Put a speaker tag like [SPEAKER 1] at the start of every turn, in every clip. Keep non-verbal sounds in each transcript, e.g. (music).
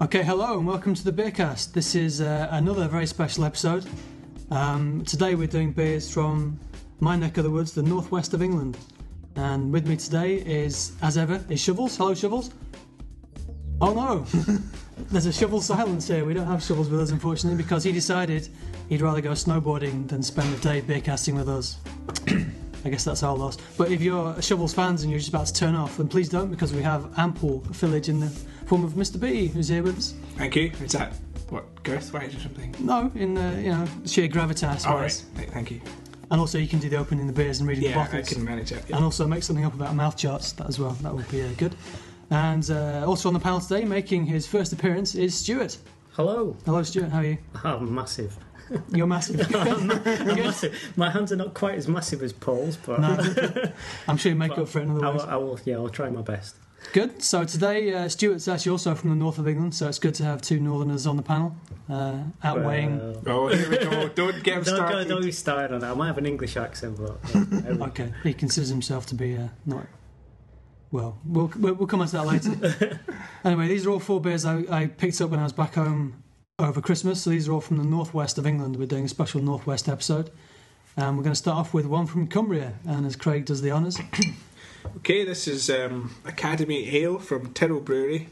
[SPEAKER 1] Okay, hello and welcome to the Beercast. This is uh, another very special episode. Um, today we're doing beers from my neck of the woods, the northwest of England. And with me today is, as ever, is Shovels. Hello, Shovels. Oh no, there's a shovel silence here. We don't have Shovels with us, unfortunately, because he decided he'd rather go snowboarding than spend the day beercasting with us. I guess that's our loss. But if you're Shovels fans and you're just about to turn off, then please don't, because we have ample fillage in the form of Mr. B, who's here with us.
[SPEAKER 2] Thank you. Is that what girth weight or something?
[SPEAKER 1] No, in the you know sheer gravitas
[SPEAKER 2] All right.
[SPEAKER 1] wise,
[SPEAKER 2] Th- Thank you.
[SPEAKER 1] and also you can do the opening the beers and reading
[SPEAKER 2] Yeah,
[SPEAKER 1] the bottles,
[SPEAKER 2] I can manage it. Yeah.
[SPEAKER 1] and also make something up about mouth charts that as well. That would be uh, good. And uh, also on the panel today, making his first appearance is Stuart.
[SPEAKER 3] Hello.
[SPEAKER 1] Hello, Stuart. How are you?
[SPEAKER 3] Oh, massive.
[SPEAKER 1] You're
[SPEAKER 2] (laughs)
[SPEAKER 1] massive. (laughs)
[SPEAKER 3] Massive. My hands are not quite as massive as Paul's, but
[SPEAKER 1] I'm sure you make up for it in
[SPEAKER 3] I
[SPEAKER 1] other
[SPEAKER 3] will,
[SPEAKER 1] ways.
[SPEAKER 3] I will. Yeah, I'll try my best.
[SPEAKER 1] Good. So today, uh, Stuart's actually also from the north of England, so it's good to have two northerners on the panel, uh, outweighing.
[SPEAKER 3] Well,
[SPEAKER 2] Oh, here we go. Don't get
[SPEAKER 3] don't
[SPEAKER 2] him
[SPEAKER 3] go.
[SPEAKER 2] started.
[SPEAKER 3] Don't get started on that. I might have an English accent, but uh,
[SPEAKER 1] Okay, he considers himself to be uh, not. Well, we'll we'll we'll come on to that later. anyway, these are all four beers I, I picked up when I was back home over Christmas. So these are all from the northwest of England. We're doing a special northwest episode, and we're going to start off with one from Cumbria. And as Craig does the honours,
[SPEAKER 2] Okay, this is um, Academy Ale from Tyrrell Brewery.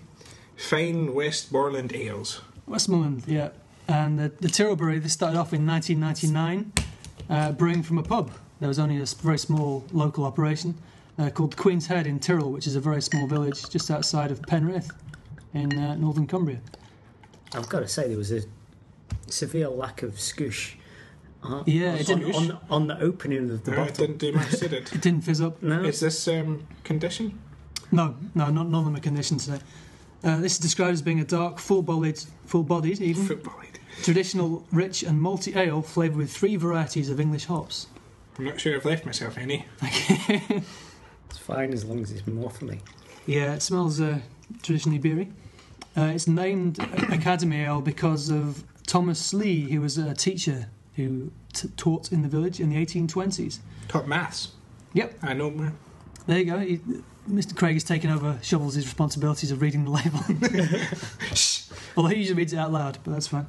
[SPEAKER 2] Fine Westmoreland Ales.
[SPEAKER 1] Westmoreland, yeah, and the, the Tyrrell Brewery. This started off in 1999, uh, brewing from a pub. There was only a s- very small local operation uh, called Queen's Head in Tyrrell, which is a very small village just outside of Penrith in uh, northern Cumbria.
[SPEAKER 3] I've got to say there was a severe lack of squish. uh,
[SPEAKER 1] Yeah, it
[SPEAKER 3] on,
[SPEAKER 1] didn't-
[SPEAKER 3] on, on the opening of the
[SPEAKER 2] No, it
[SPEAKER 3] bottle.
[SPEAKER 2] didn't do much,
[SPEAKER 1] (laughs)
[SPEAKER 2] did it?
[SPEAKER 1] It didn't fizz up.
[SPEAKER 3] No,
[SPEAKER 2] Is this um, condition?
[SPEAKER 1] No, no, not none of them are conditioned today. Uh, this is described as being a dark, full-bodied, full-bodied, even
[SPEAKER 2] Football aid.
[SPEAKER 1] traditional, rich and malty ale flavored with three varieties of English hops.
[SPEAKER 2] I'm not sure I've left myself any.
[SPEAKER 3] it's fine as long as it's morphily.
[SPEAKER 1] Yeah, it smells uh, traditionally beery. Uh, it's named Academy Ale because of Thomas Lee, who was a teacher who t- taught in the village in the 1820s.
[SPEAKER 2] Top maths.
[SPEAKER 1] Yep,
[SPEAKER 2] I know. man.
[SPEAKER 1] there you go. He, Mr. Craig has taken over Shovels' responsibilities of reading the label. (laughs) Although he usually reads it out loud, but that's fine.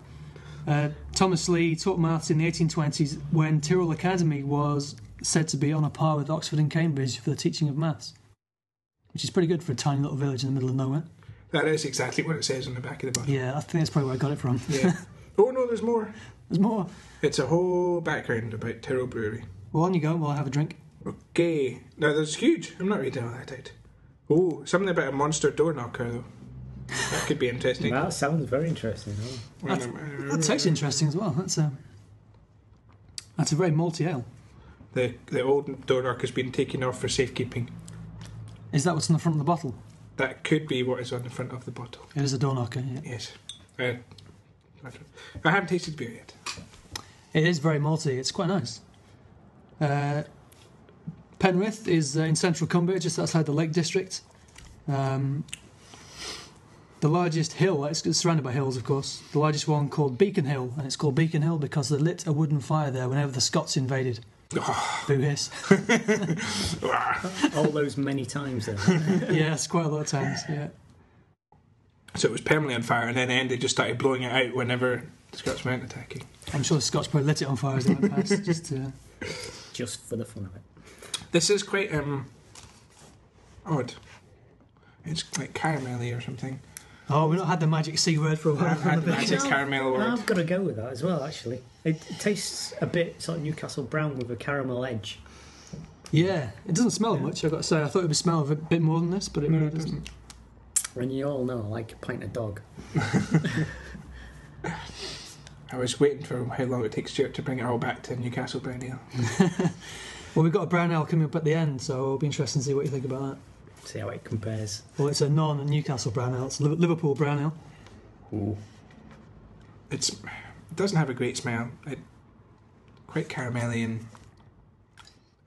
[SPEAKER 1] Uh, Thomas Lee taught maths in the 1820s when Tyrrell Academy was said to be on a par with Oxford and Cambridge for the teaching of maths, which is pretty good for a tiny little village in the middle of nowhere.
[SPEAKER 2] That is exactly what it says on the back of the bottle.
[SPEAKER 1] Yeah, I think that's probably where I got it from.
[SPEAKER 2] Yeah. oh no, there's more.
[SPEAKER 1] (laughs) There's more.
[SPEAKER 2] It's a whole background about Tyrrell Brewery.
[SPEAKER 1] Well, on you go. Well, I'll have a drink.
[SPEAKER 2] Okay. Now that's huge. I'm not reading all that out. Oh, something about a monster door knocker though. That could be (laughs) interesting.
[SPEAKER 3] That sounds very interesting. Huh?
[SPEAKER 2] Well, um,
[SPEAKER 1] That tastes interesting as well. That's a, that's a very malty ale.
[SPEAKER 2] the the old door knocker's been taken off for safekeeping.
[SPEAKER 1] Is that what's on the front of the bottle?
[SPEAKER 2] That could be what is on the front of the bottle.
[SPEAKER 1] It is a door knocker, yeah.
[SPEAKER 2] Yes. Uh, I haven't tasted beer yet.
[SPEAKER 1] It is very malty. It's quite nice. Uh, Penrith is uh, in central Cumbria, just outside the Lake District. Um, the largest hill, it's it's surrounded by hills, of course. The largest one called Beacon Hill, and it's called Beacon Hill because they lit a wooden fire there whenever the Scots invaded. Boo hiss.
[SPEAKER 3] All those many times there.
[SPEAKER 1] (laughs) yeah, it's quite a lot of times. Yeah.
[SPEAKER 2] So it was permanently on fire, and then Andy just started blowing it out whenever the Scots went attacking.
[SPEAKER 1] I'm sure the Scots probably lit it on fire as they went
[SPEAKER 2] (laughs)
[SPEAKER 1] past. Just to,
[SPEAKER 3] just for the fun of it.
[SPEAKER 2] This is quite um odd. It's like caramelly or something.
[SPEAKER 1] oh, we've not had the magic C word for a
[SPEAKER 2] I
[SPEAKER 1] while.
[SPEAKER 2] haven't had the
[SPEAKER 3] You
[SPEAKER 2] magic
[SPEAKER 3] know,
[SPEAKER 2] caramel word.
[SPEAKER 3] I've got to go with that as well. Actually, it, it tastes a bit sort of Newcastle brown with a caramel edge.
[SPEAKER 1] Yeah, it doesn't smell much. I've got to say, I thought it would smell a bit more than this, but it
[SPEAKER 2] No,
[SPEAKER 1] really
[SPEAKER 2] it
[SPEAKER 1] doesn't.
[SPEAKER 3] And you all know, I like a pint of dog.
[SPEAKER 2] I was waiting for how long it takes Stuart to bring it all back to Newcastle Brown Ale.
[SPEAKER 1] Well, we've got a brown ale coming up at the end, so it'll be interesting to see what you think about that.
[SPEAKER 3] See how it compares.
[SPEAKER 1] Well, it's a non-Newcastle brown ale. It's a Liv- Liverpool brown ale.
[SPEAKER 2] It's, it doesn't have a great smell. It quite caramelly, and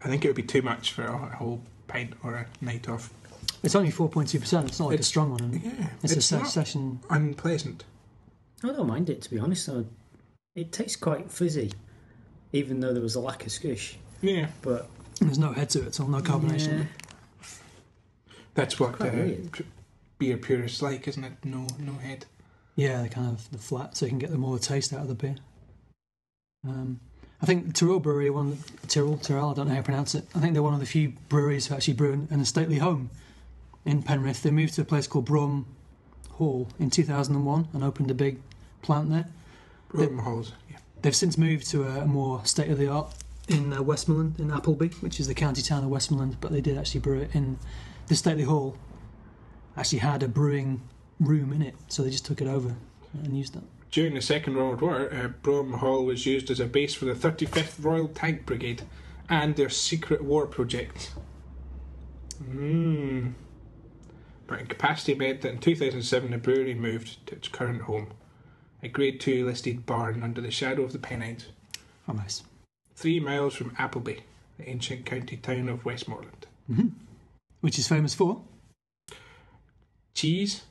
[SPEAKER 2] I think it would be too much for a whole pint or a night off.
[SPEAKER 1] It's only 4.2 percent. It's not like a
[SPEAKER 2] It's-
[SPEAKER 1] strong one. is it?
[SPEAKER 2] Yeah,
[SPEAKER 1] It's, a se-
[SPEAKER 2] not
[SPEAKER 1] session.
[SPEAKER 2] unpleasant.
[SPEAKER 3] I don't mind it to be honest. I, it tastes quite fizzy, even though there was a lack of squish.
[SPEAKER 2] Yeah,
[SPEAKER 3] But
[SPEAKER 1] There's no head to it. It's all no carbonation.
[SPEAKER 3] yeah,
[SPEAKER 2] that's what
[SPEAKER 3] Quite
[SPEAKER 2] uh,
[SPEAKER 3] weird.
[SPEAKER 2] pu- beer purists like, isn't it? No, no head.
[SPEAKER 1] Yeah, the kind of the flat, so you can get the more the taste out of the beer. Um, I think Tyrrell Brewery, one Tyrrell, Tyrrell, I don't know how to pronounce it. I think they're one of the few breweries who actually brew in, in a stately home in Penrith. They moved to a place called Brougham Hall in 2001 and opened a big plant there.
[SPEAKER 2] Rotten holes. Yeah.
[SPEAKER 1] They've since moved to a more state of the art in uh, Westmoreland, in Appleby, which is the county town of Westmoreland, but they did actually brew it in the Stately Hall. Actually, had a brewing room in it, so they just took it over and used that.
[SPEAKER 2] During the Second World War, uh, Brougham Hall was used as a base for the 35th Royal Tank Brigade and their secret war project. Mmm. But incapacity meant that in 2007 the brewery moved to its current home, a Grade 2 listed barn under the shadow of the Pennines,
[SPEAKER 1] Oh, nice.
[SPEAKER 2] three miles from Appleby, the ancient county town of Westmoreland.
[SPEAKER 1] Mm-hmm. Which is famous for?
[SPEAKER 2] Cheese,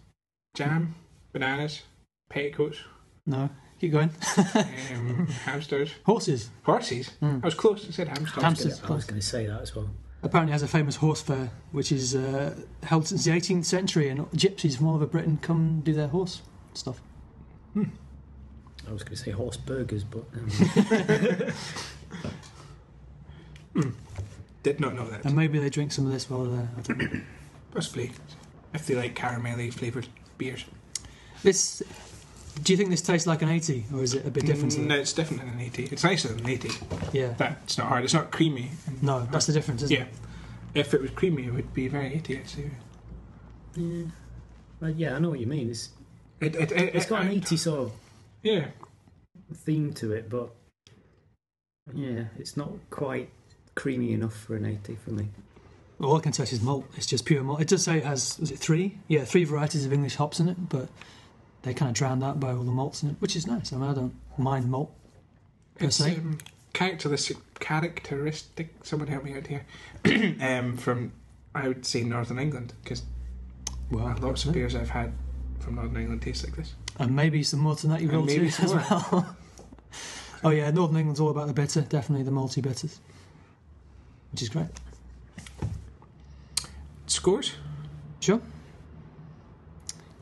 [SPEAKER 2] jam, bananas, petticoats,
[SPEAKER 1] No, keep going. (laughs)
[SPEAKER 2] um, hamsters,
[SPEAKER 1] Horses.
[SPEAKER 2] horses. I was close. I said hamsters.
[SPEAKER 1] Hamsters.
[SPEAKER 3] I was going to say that as well.
[SPEAKER 1] apparently has a famous horse fair, which is uh, held since the 18th century, and gypsies from all over Britain come do their horse stuff.
[SPEAKER 3] I was going to say horse burgers, but um,
[SPEAKER 2] Did not know that.
[SPEAKER 1] And maybe they drink some of this while they're. I don't know.
[SPEAKER 2] Possibly, if they like caramelly flavoured beers.
[SPEAKER 1] This. Do you think this tastes like an 80, or is it a bit different? to
[SPEAKER 2] Mm,
[SPEAKER 1] that?
[SPEAKER 2] No, it's different than an 80. It's nicer than an 80.
[SPEAKER 1] Yeah.
[SPEAKER 2] That's not hard. It's not creamy. And-
[SPEAKER 1] No, that's the difference, isn't
[SPEAKER 2] Yeah.
[SPEAKER 1] it?
[SPEAKER 2] If it was creamy, it would be very 80, I'd say.
[SPEAKER 3] yeah. Well, yeah, I know what you mean. It's
[SPEAKER 2] It, it, it,
[SPEAKER 3] it's got
[SPEAKER 2] it-
[SPEAKER 3] an 80 sort
[SPEAKER 2] Yeah.
[SPEAKER 3] of theme to it, but yeah, it's not quite creamy enough for an 80 for me.
[SPEAKER 1] All I can taste is malt. It's just pure malt. It does say it has, was it three? Yeah, three varieties of English hops in it, but they kind of drowned out by all the malts in it, which is nice. I mean, I don't mind malt per
[SPEAKER 2] It's,
[SPEAKER 1] se.
[SPEAKER 2] um, characteristic, characteristic, someone help me out here, (clears throat) um, from, I would say, Northern England, because
[SPEAKER 1] Well,
[SPEAKER 2] lots of beers I've had from Northern England taste like this.
[SPEAKER 1] And maybe some more tonight you
[SPEAKER 2] And
[SPEAKER 1] will
[SPEAKER 2] maybe
[SPEAKER 1] too
[SPEAKER 2] some (laughs)
[SPEAKER 1] as
[SPEAKER 2] more.
[SPEAKER 1] well. (laughs) oh yeah, Northern England's all about the bitter, definitely the multi bitters. Which is great.
[SPEAKER 2] Scores?
[SPEAKER 1] Sure.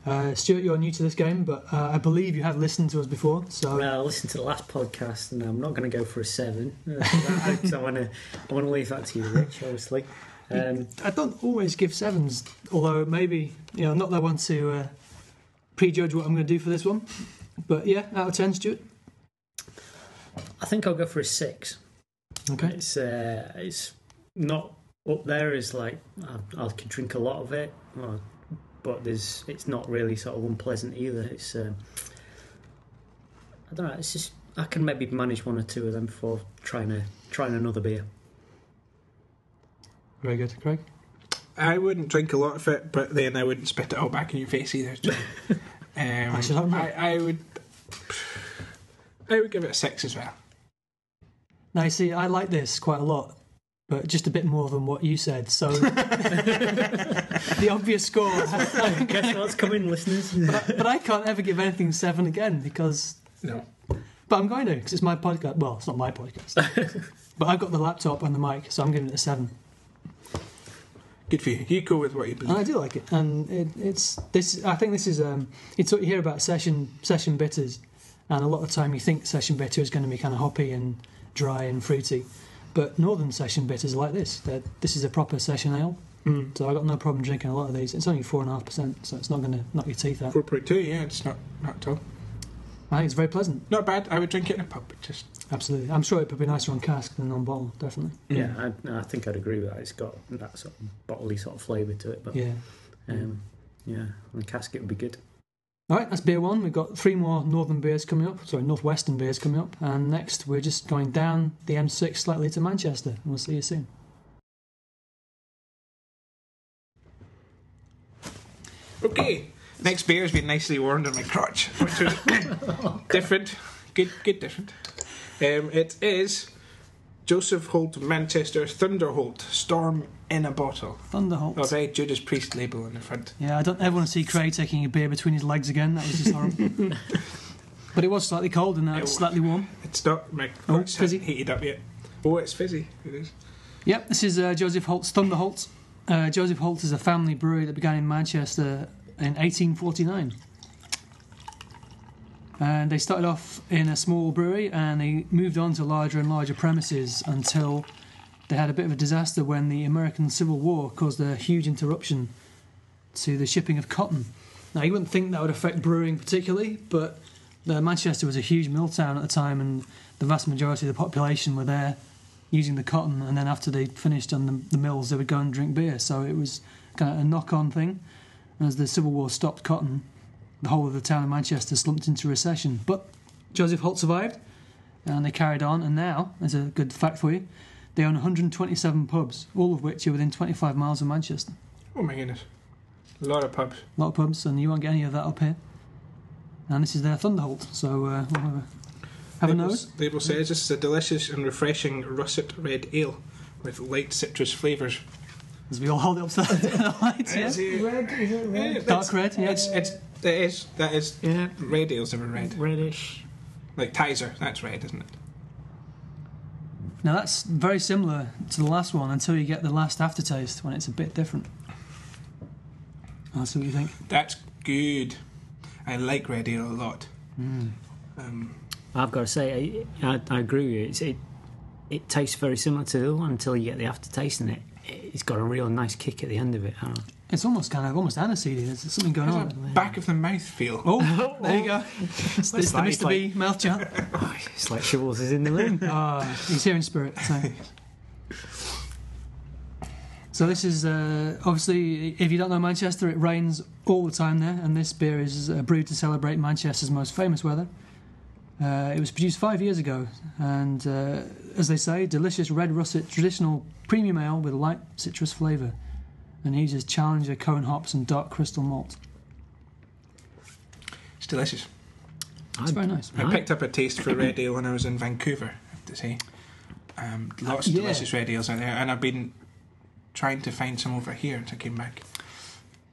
[SPEAKER 1] Uh, Stuart, you're new to this game, but uh, I believe you have listened to us before, so
[SPEAKER 3] Well, Uh, I listened to the last podcast, and I'm not going to go for a seven. Uh, I, I want to I want to leave that to you, Rich. Obviously, um,
[SPEAKER 1] I don't always give sevens, although maybe you know, I'm not that one to uh, prejudge what I'm going to do for this one. But yeah, out of ten, Stuart.
[SPEAKER 3] I think I'll go for a six.
[SPEAKER 1] Okay.
[SPEAKER 3] It's uh, it's not up there as like I, I could drink a lot of it, or, but there's it's not really sort of unpleasant either. It's um, I don't know. It's just I can maybe manage one or two of them before trying to trying another beer.
[SPEAKER 1] Very good, Craig.
[SPEAKER 2] I wouldn't drink a lot of it, but then I wouldn't spit it all back in your face either. (laughs) John. um,
[SPEAKER 1] I should hope not.
[SPEAKER 2] I, I would. I would give it a six as well.
[SPEAKER 1] Now you see, I like this quite a lot, but just a bit more than what you said. So the obvious score
[SPEAKER 3] Guess what's coming, (laughs) listeners?
[SPEAKER 1] but I can't ever give anything seven again because.
[SPEAKER 2] No.
[SPEAKER 1] But I'm going to because it's my podcast. Well, it's not my podcast, but I've got the laptop and the mic, so I'm giving it a seven.
[SPEAKER 2] Good for you. You go with what you
[SPEAKER 1] And
[SPEAKER 2] believe.
[SPEAKER 1] I do like it. And it, it's this. I think this is. Um, it's what you hear about session session bitters, and a lot of time you think session bitter is going to be kind of hoppy and dry and fruity, but northern session bitters are like this. They're, this is a proper session ale,
[SPEAKER 2] Mm.
[SPEAKER 1] so I got no problem drinking a lot of these. It's only four and a half percent, so it's not going to knock your teeth out.
[SPEAKER 2] Four point two. Yeah, it's not not at all.
[SPEAKER 1] I think it's very pleasant.
[SPEAKER 2] Not bad. I would drink it in a pub. But just
[SPEAKER 1] Absolutely. I'm sure it would be nicer on cask than on bottle, definitely.
[SPEAKER 2] mm.
[SPEAKER 3] yeah, I, I think I'd agree with that. It's got that sort of bottly sort of flavour to it, but
[SPEAKER 1] Yeah.
[SPEAKER 3] Um, yeah, and casket would be good.
[SPEAKER 1] All right, that's beer one. We've got three more northern beers coming up. Sorry, northwestern beers coming up. And next, we're just going down the M6 slightly to Manchester. And we'll see you soon.
[SPEAKER 2] okay. Next beer has been nicely warmed on my crotch, which (laughs) was different. Good, good, different. Um, it is Joseph Holt of Manchester Thunderholt Storm in a Bottle.
[SPEAKER 1] Thunderholt.
[SPEAKER 2] Oh, very Judas Priest label on the front.
[SPEAKER 1] Yeah, I don't ever want to see Craig taking a beer between his legs again. That was just horrible. (laughs) but it was slightly cold and now it's
[SPEAKER 2] Ew.
[SPEAKER 1] slightly warm.
[SPEAKER 2] It's not my
[SPEAKER 1] Oh,
[SPEAKER 2] crotch
[SPEAKER 1] fizzy.
[SPEAKER 2] hasn't heated up yet. Oh, it's fizzy. It is.
[SPEAKER 1] Yep, this is uh, Joseph Holt's Thunderholt. Uh, Joseph Holt is a family brewery that began in Manchester in 1849. And they started off in a small brewery and they moved on to larger and larger premises until they had a bit of a disaster when the American Civil War caused a huge interruption to the shipping of cotton. Now, you wouldn't think that would affect brewing particularly, but uh, Manchester was a huge mill town at the time, and the vast majority of the population were there using the cotton. And then after they finished on the, the mills, they would go and drink beer. So it was kind of a knock on thing. And as the Civil War stopped cotton, the whole of the town of Manchester slumped into recession. But Joseph Holt survived, and they carried on. And now, there's a good fact for you, they own 127 pubs, all of which are within 25 miles of Manchester.
[SPEAKER 2] Oh my goodness. A lot of pubs.
[SPEAKER 1] A lot of pubs, and you won't get any of that up here. And this is their Thunderholt, so uh, we'll have a, have a
[SPEAKER 2] label,
[SPEAKER 1] nose.
[SPEAKER 2] Label says this is a delicious and refreshing russet red ale with light citrus flavours.
[SPEAKER 1] As we all hold it up to the (laughs) lights, yeah?
[SPEAKER 2] Is it-
[SPEAKER 4] Red, is it
[SPEAKER 2] Yeah,
[SPEAKER 4] red?
[SPEAKER 2] that's-
[SPEAKER 1] Dark red, yeah.
[SPEAKER 2] It's, it's, that is, that is,
[SPEAKER 4] Yeah,
[SPEAKER 2] red ale's never red.
[SPEAKER 4] reddish.
[SPEAKER 2] Like Tizer, that's red, isn't it?
[SPEAKER 1] Now that's very similar to the last one until you get the last aftertaste when it's a bit different. I'll see what you think.
[SPEAKER 2] That's good. I like red ale a lot.
[SPEAKER 1] Mm.
[SPEAKER 2] Um,
[SPEAKER 4] I've got to say, I, I, I agree with you. It's, it it tastes very similar to the other one until you get the aftertaste in it. It's got a real nice kick at the end of it. Oh, Aaron.
[SPEAKER 1] It's almost kind of almost aniseedy. There's something going
[SPEAKER 2] has a
[SPEAKER 1] on.
[SPEAKER 2] back of the mouth feel.
[SPEAKER 1] Oh, there you go. It's, it's the
[SPEAKER 4] like-
[SPEAKER 1] Mr. B mouth chant.
[SPEAKER 4] It's like Shovels is in
[SPEAKER 3] (laughs)
[SPEAKER 4] the room.
[SPEAKER 1] Ah, he's here in spirit. So, so this is uh, obviously, if you don't know Manchester, it rains all the time there, and this beer is uh, brewed to celebrate Manchester's most famous weather. Uh, it was produced five years ago, and uh, as they say, delicious red russet traditional premium ale with light citrus flavour, and uses Challenger cone hops and dark crystal malt.
[SPEAKER 2] It's delicious.
[SPEAKER 1] It's very nice.
[SPEAKER 2] I picked up a taste for red ale when I was in Vancouver, I have to say. Um, lots of
[SPEAKER 1] yeah.
[SPEAKER 2] delicious red ales out there, and I've been trying to find some over here since I came back.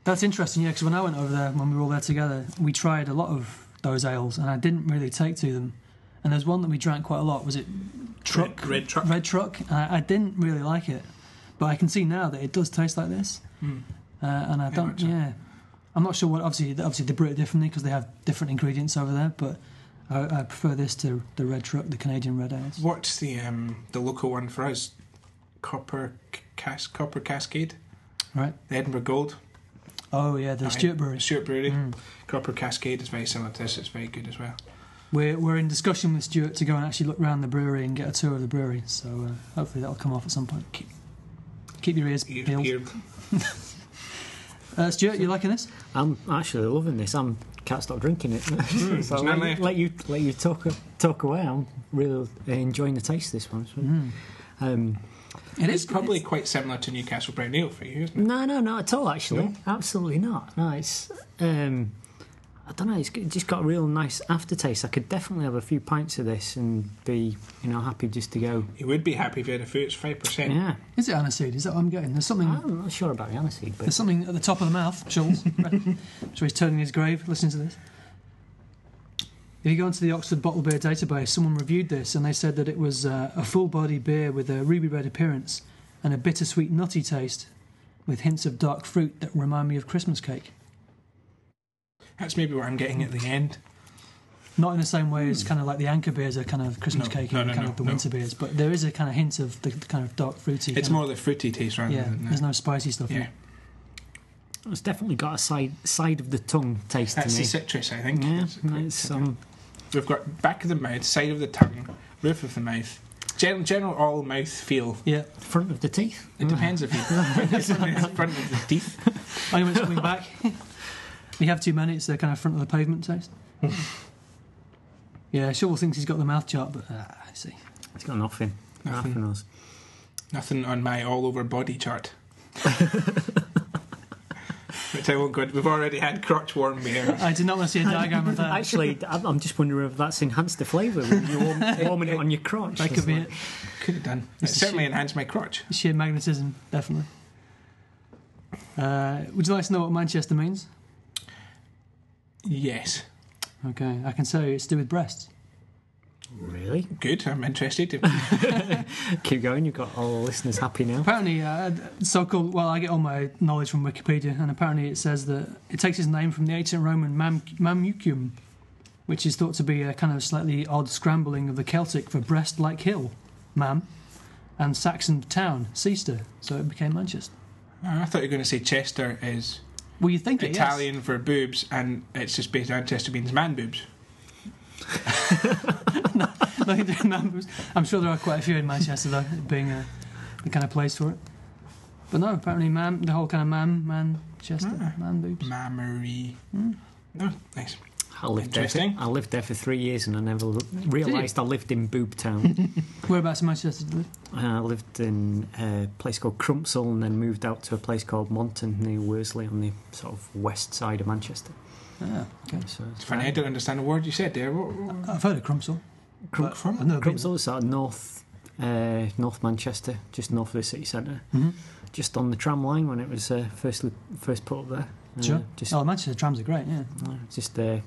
[SPEAKER 1] That's interesting, yeah, because when I went over there, when we were all there together, we tried a lot of those ales and I didn't really take to them. And there's one that we drank quite a lot, was it Truck?
[SPEAKER 2] Red, red truck.
[SPEAKER 1] Red Truck. and I, I didn't really like it, but I can see now that it does taste like this.
[SPEAKER 2] Mm.
[SPEAKER 1] Uh, and I don't,
[SPEAKER 2] much so.
[SPEAKER 1] yeah. I'm not sure what, obviously, obviously they brew it differently because they have different ingredients over there, but I, I prefer this to the Red Truck, the Canadian Red Ales.
[SPEAKER 2] What's the um, the local one for us? Copper C- Cas- Copper Cascade,
[SPEAKER 1] Right?
[SPEAKER 2] the Edinburgh Gold,
[SPEAKER 1] Oh, yeah, the
[SPEAKER 2] Aye.
[SPEAKER 1] Stuart Brewery. Mm. Hmm.
[SPEAKER 2] Stuart Brewery. Copper Cascade is very similar to this. It's very good as well.
[SPEAKER 1] We're, we're in discussion with Stuart to go and actually look round the brewery and get a tour of the brewery. So uh, hopefully that'll come off at some point. Keep, keep your ears
[SPEAKER 2] Ear-
[SPEAKER 1] peeled.
[SPEAKER 2] ear-
[SPEAKER 1] Uh, Stuart, you liking this?
[SPEAKER 4] I'm actually loving this. I'm can't stop drinking it. (laughs)
[SPEAKER 3] Mm,
[SPEAKER 4] so
[SPEAKER 2] there's
[SPEAKER 4] let,
[SPEAKER 2] none
[SPEAKER 4] you-
[SPEAKER 2] left.
[SPEAKER 4] let you let you talk talk away. I'm really enjoying the taste of this one. So,
[SPEAKER 3] Mm.
[SPEAKER 4] Um,
[SPEAKER 1] It
[SPEAKER 2] It's probably quite similar to Newcastle Brown Ale for you, isn't it?
[SPEAKER 4] no, no, not at all. Actually,
[SPEAKER 2] No?
[SPEAKER 4] absolutely not. No, it's um, I don't know. It's g- just got a real nice aftertaste. I could definitely have a few pints of this and be you know happy just to go.
[SPEAKER 2] You would be happy if you had a few. It's five percent.
[SPEAKER 4] Yeah,
[SPEAKER 1] Is it aniseed? Is that what I'm getting? There's something.
[SPEAKER 4] I'm not sure about the aniseed, but
[SPEAKER 1] There's something at the top of the mouth. Schultz. so he's turning his grave. Listen to this. If you go into the Oxford Bottle Beer database, someone reviewed this and they said that it was uh, a full body beer with a ruby red appearance and a bittersweet nutty taste with hints of dark fruit that remind me of Christmas cake.
[SPEAKER 2] That's maybe what I'm getting at the end.
[SPEAKER 1] Not in the same way as kind of like the anchor beers are kind of Christmas
[SPEAKER 2] Hmm. No,
[SPEAKER 1] cake
[SPEAKER 2] no,
[SPEAKER 1] and
[SPEAKER 2] no,
[SPEAKER 1] kind
[SPEAKER 2] no,
[SPEAKER 1] of the
[SPEAKER 2] no.
[SPEAKER 1] winter beers, but there is a kind of hint of the, the kind of dark fruity.
[SPEAKER 2] It's
[SPEAKER 1] kind
[SPEAKER 2] more the fruity taste
[SPEAKER 1] Of,
[SPEAKER 2] rather
[SPEAKER 1] yeah,
[SPEAKER 2] than
[SPEAKER 1] there's
[SPEAKER 2] that.
[SPEAKER 1] no spicy stuff. in
[SPEAKER 2] Yeah,
[SPEAKER 1] it.
[SPEAKER 4] it's definitely got a side side of the tongue taste
[SPEAKER 2] that's
[SPEAKER 4] to
[SPEAKER 2] the
[SPEAKER 4] me.
[SPEAKER 2] citrus, I think.
[SPEAKER 4] yeah,
[SPEAKER 2] That's a
[SPEAKER 4] no,
[SPEAKER 2] great
[SPEAKER 4] it's,
[SPEAKER 2] citrus.
[SPEAKER 4] um,
[SPEAKER 2] We've got back of the mouth, side of the tongue, roof of the mouth, general, general all mouth feel.
[SPEAKER 1] yeah.
[SPEAKER 4] front of the teeth.
[SPEAKER 2] It depends
[SPEAKER 4] (laughs)
[SPEAKER 2] if you (laughs) it's something that's in front of the teeth.
[SPEAKER 1] Anyway, it's
[SPEAKER 2] (laughs)
[SPEAKER 1] coming back. we have too many. It's the kind of front of the pavement taste. yeah, Shovel thinks he's got the mouth chart, but ah, I see.
[SPEAKER 4] It's got nothing.
[SPEAKER 2] Nothing.
[SPEAKER 4] Nothing. else.
[SPEAKER 2] Nothing on my all over body
[SPEAKER 4] (laughs)
[SPEAKER 2] chart. Which I won't go. oh, We've already had crotch warm beer.
[SPEAKER 1] I did not want to see a diagram
[SPEAKER 4] (laughs)
[SPEAKER 1] of that.
[SPEAKER 4] Actually, I'm I'm just wondering if that's enhanced the flavour when you're warm, warming it on your crotch.
[SPEAKER 1] that could be it.
[SPEAKER 2] Could have done. It
[SPEAKER 1] It's a
[SPEAKER 2] certainly
[SPEAKER 1] shame.
[SPEAKER 2] enhanced my crotch.
[SPEAKER 1] (laughs) Sheer magnetism, definitely. Uh, would you like to know what Manchester means?
[SPEAKER 2] Yes.
[SPEAKER 1] Okay, I can tell you it's to do with breasts.
[SPEAKER 4] Really?
[SPEAKER 2] Good. I'm interested.
[SPEAKER 4] Keep going. You've got all the listeners happy now.
[SPEAKER 1] Apparently, uh, so-called. Well, I get all my knowledge from Wikipedia, and apparently it says that it takes its name from the ancient Roman mam- mamucium, which is thought to be a kind of slightly odd scrambling of the Celtic for Brest like hill, man, and Saxon town, Cester, so it became Manchester.
[SPEAKER 2] I thought you were going to say Chester is
[SPEAKER 1] Well, you think it, yes. (laughs)
[SPEAKER 2] Italian for boobs, and it's just based on Chester means man boobs.
[SPEAKER 1] Like, the numbers. I'm sure there are quite a few in Manchester, though, it being a, the kind of place for it. But no, apparently, man, the whole kind of man, Manchester, man boobs.
[SPEAKER 2] Mammary.
[SPEAKER 4] Hmm.
[SPEAKER 2] No, nice.
[SPEAKER 4] I lived there. For,
[SPEAKER 2] Interesting.
[SPEAKER 4] I lived there for three years, and I never l- realised I lived in Boob Town.
[SPEAKER 1] Whereabouts in Manchester do you live?
[SPEAKER 4] I lived in a place called Crumpsall, and then moved out to a place called Monton near Worsley, on the sort of west side of Manchester.
[SPEAKER 1] Ah, okay.
[SPEAKER 4] So it's
[SPEAKER 2] Funny, I don't understand a word you said there. What, what-
[SPEAKER 1] I've heard of Crumpsall.
[SPEAKER 4] Crum-
[SPEAKER 1] but I've never been
[SPEAKER 4] Crumpsall is sort of north, uh, north Manchester, just north of the city centre.
[SPEAKER 1] Mhm.
[SPEAKER 4] Just on the tram line when it was uh, first first put up there. Uh,
[SPEAKER 1] Sure.
[SPEAKER 4] Just
[SPEAKER 1] Oh, Manchester trams are great, yeah.
[SPEAKER 4] uh, just uh,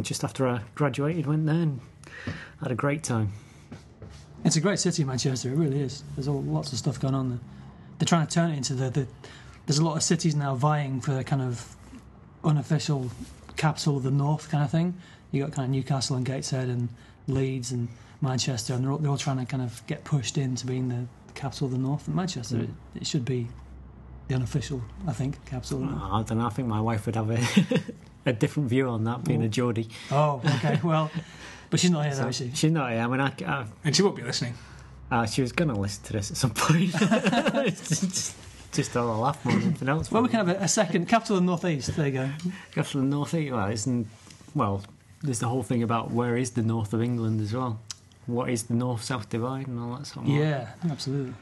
[SPEAKER 4] just after I graduated, went there and had a great time.
[SPEAKER 1] It's a great city, Manchester. It really is. There's all lots of stuff going on there. They're trying to turn it into the. the there's a lot of cities now vying for the kind of unofficial capital of the north kind of thing. You got kind of Newcastle and Gateshead and Leeds and Manchester, and they're all, they're all trying to kind of get pushed into being the capital of the north. And Manchester,
[SPEAKER 4] Mm.
[SPEAKER 1] it, should be the unofficial, I think, capital. Of the north.
[SPEAKER 4] Mm. I don't know. I think my wife would have a, (laughs) a different view on that, being a Geordie.
[SPEAKER 1] Oh, okay. Well, (laughs) but she's not here, though,
[SPEAKER 4] So
[SPEAKER 1] is she?
[SPEAKER 4] she's not here. I mean, I, I,
[SPEAKER 2] and she won't be listening.
[SPEAKER 4] uh, she was going to listen to this at some
[SPEAKER 1] (laughs)
[SPEAKER 4] point. (laughs) It's just, just all a laugh more than anything else.
[SPEAKER 1] Well, we can have a, a second capital of the northeast. There you go.
[SPEAKER 4] go for the north east. Well, isn't well? There's the whole thing about where is the north of England as well. What is the north-south divide and all that sort of.
[SPEAKER 1] Yeah, absolutely.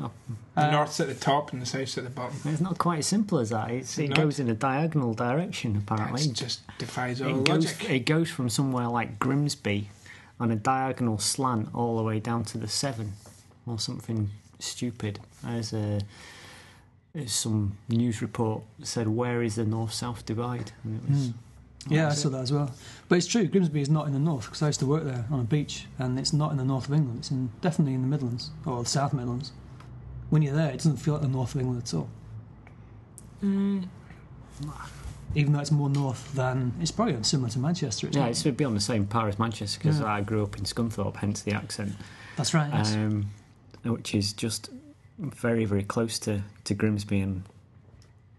[SPEAKER 4] Oh.
[SPEAKER 2] The
[SPEAKER 1] Uh,
[SPEAKER 2] north's at the top and the south's at the bottom.
[SPEAKER 4] It's not quite as simple as that. It's, it
[SPEAKER 2] Not?
[SPEAKER 4] goes in a diagonal direction apparently.
[SPEAKER 2] That just defies all
[SPEAKER 4] it goes
[SPEAKER 2] logic.
[SPEAKER 4] it goes from somewhere like Grimsby on a diagonal slant all the way down to the seven or something stupid. There's a there's some news report that said where is the north south divide? And it
[SPEAKER 1] Hmm.
[SPEAKER 4] was
[SPEAKER 1] Yeah, I
[SPEAKER 4] That's
[SPEAKER 1] saw that as well. But it's true, Grimsby is not in the north because I used to work there on a beach, and it's not in the north of England. It's in, definitely in the Midlands or the South Midlands. When you're there, it doesn't feel like the north of England at all. Mm. Even though it's more north than it's probably similar to Manchester. It's
[SPEAKER 4] Yeah,
[SPEAKER 1] not-
[SPEAKER 4] it should be on the same par as Manchester because
[SPEAKER 1] Yeah.
[SPEAKER 4] I grew up in Scunthorpe, hence the accent,
[SPEAKER 1] that's right. yes.
[SPEAKER 4] um, which is just very, very close to, to Grimsby and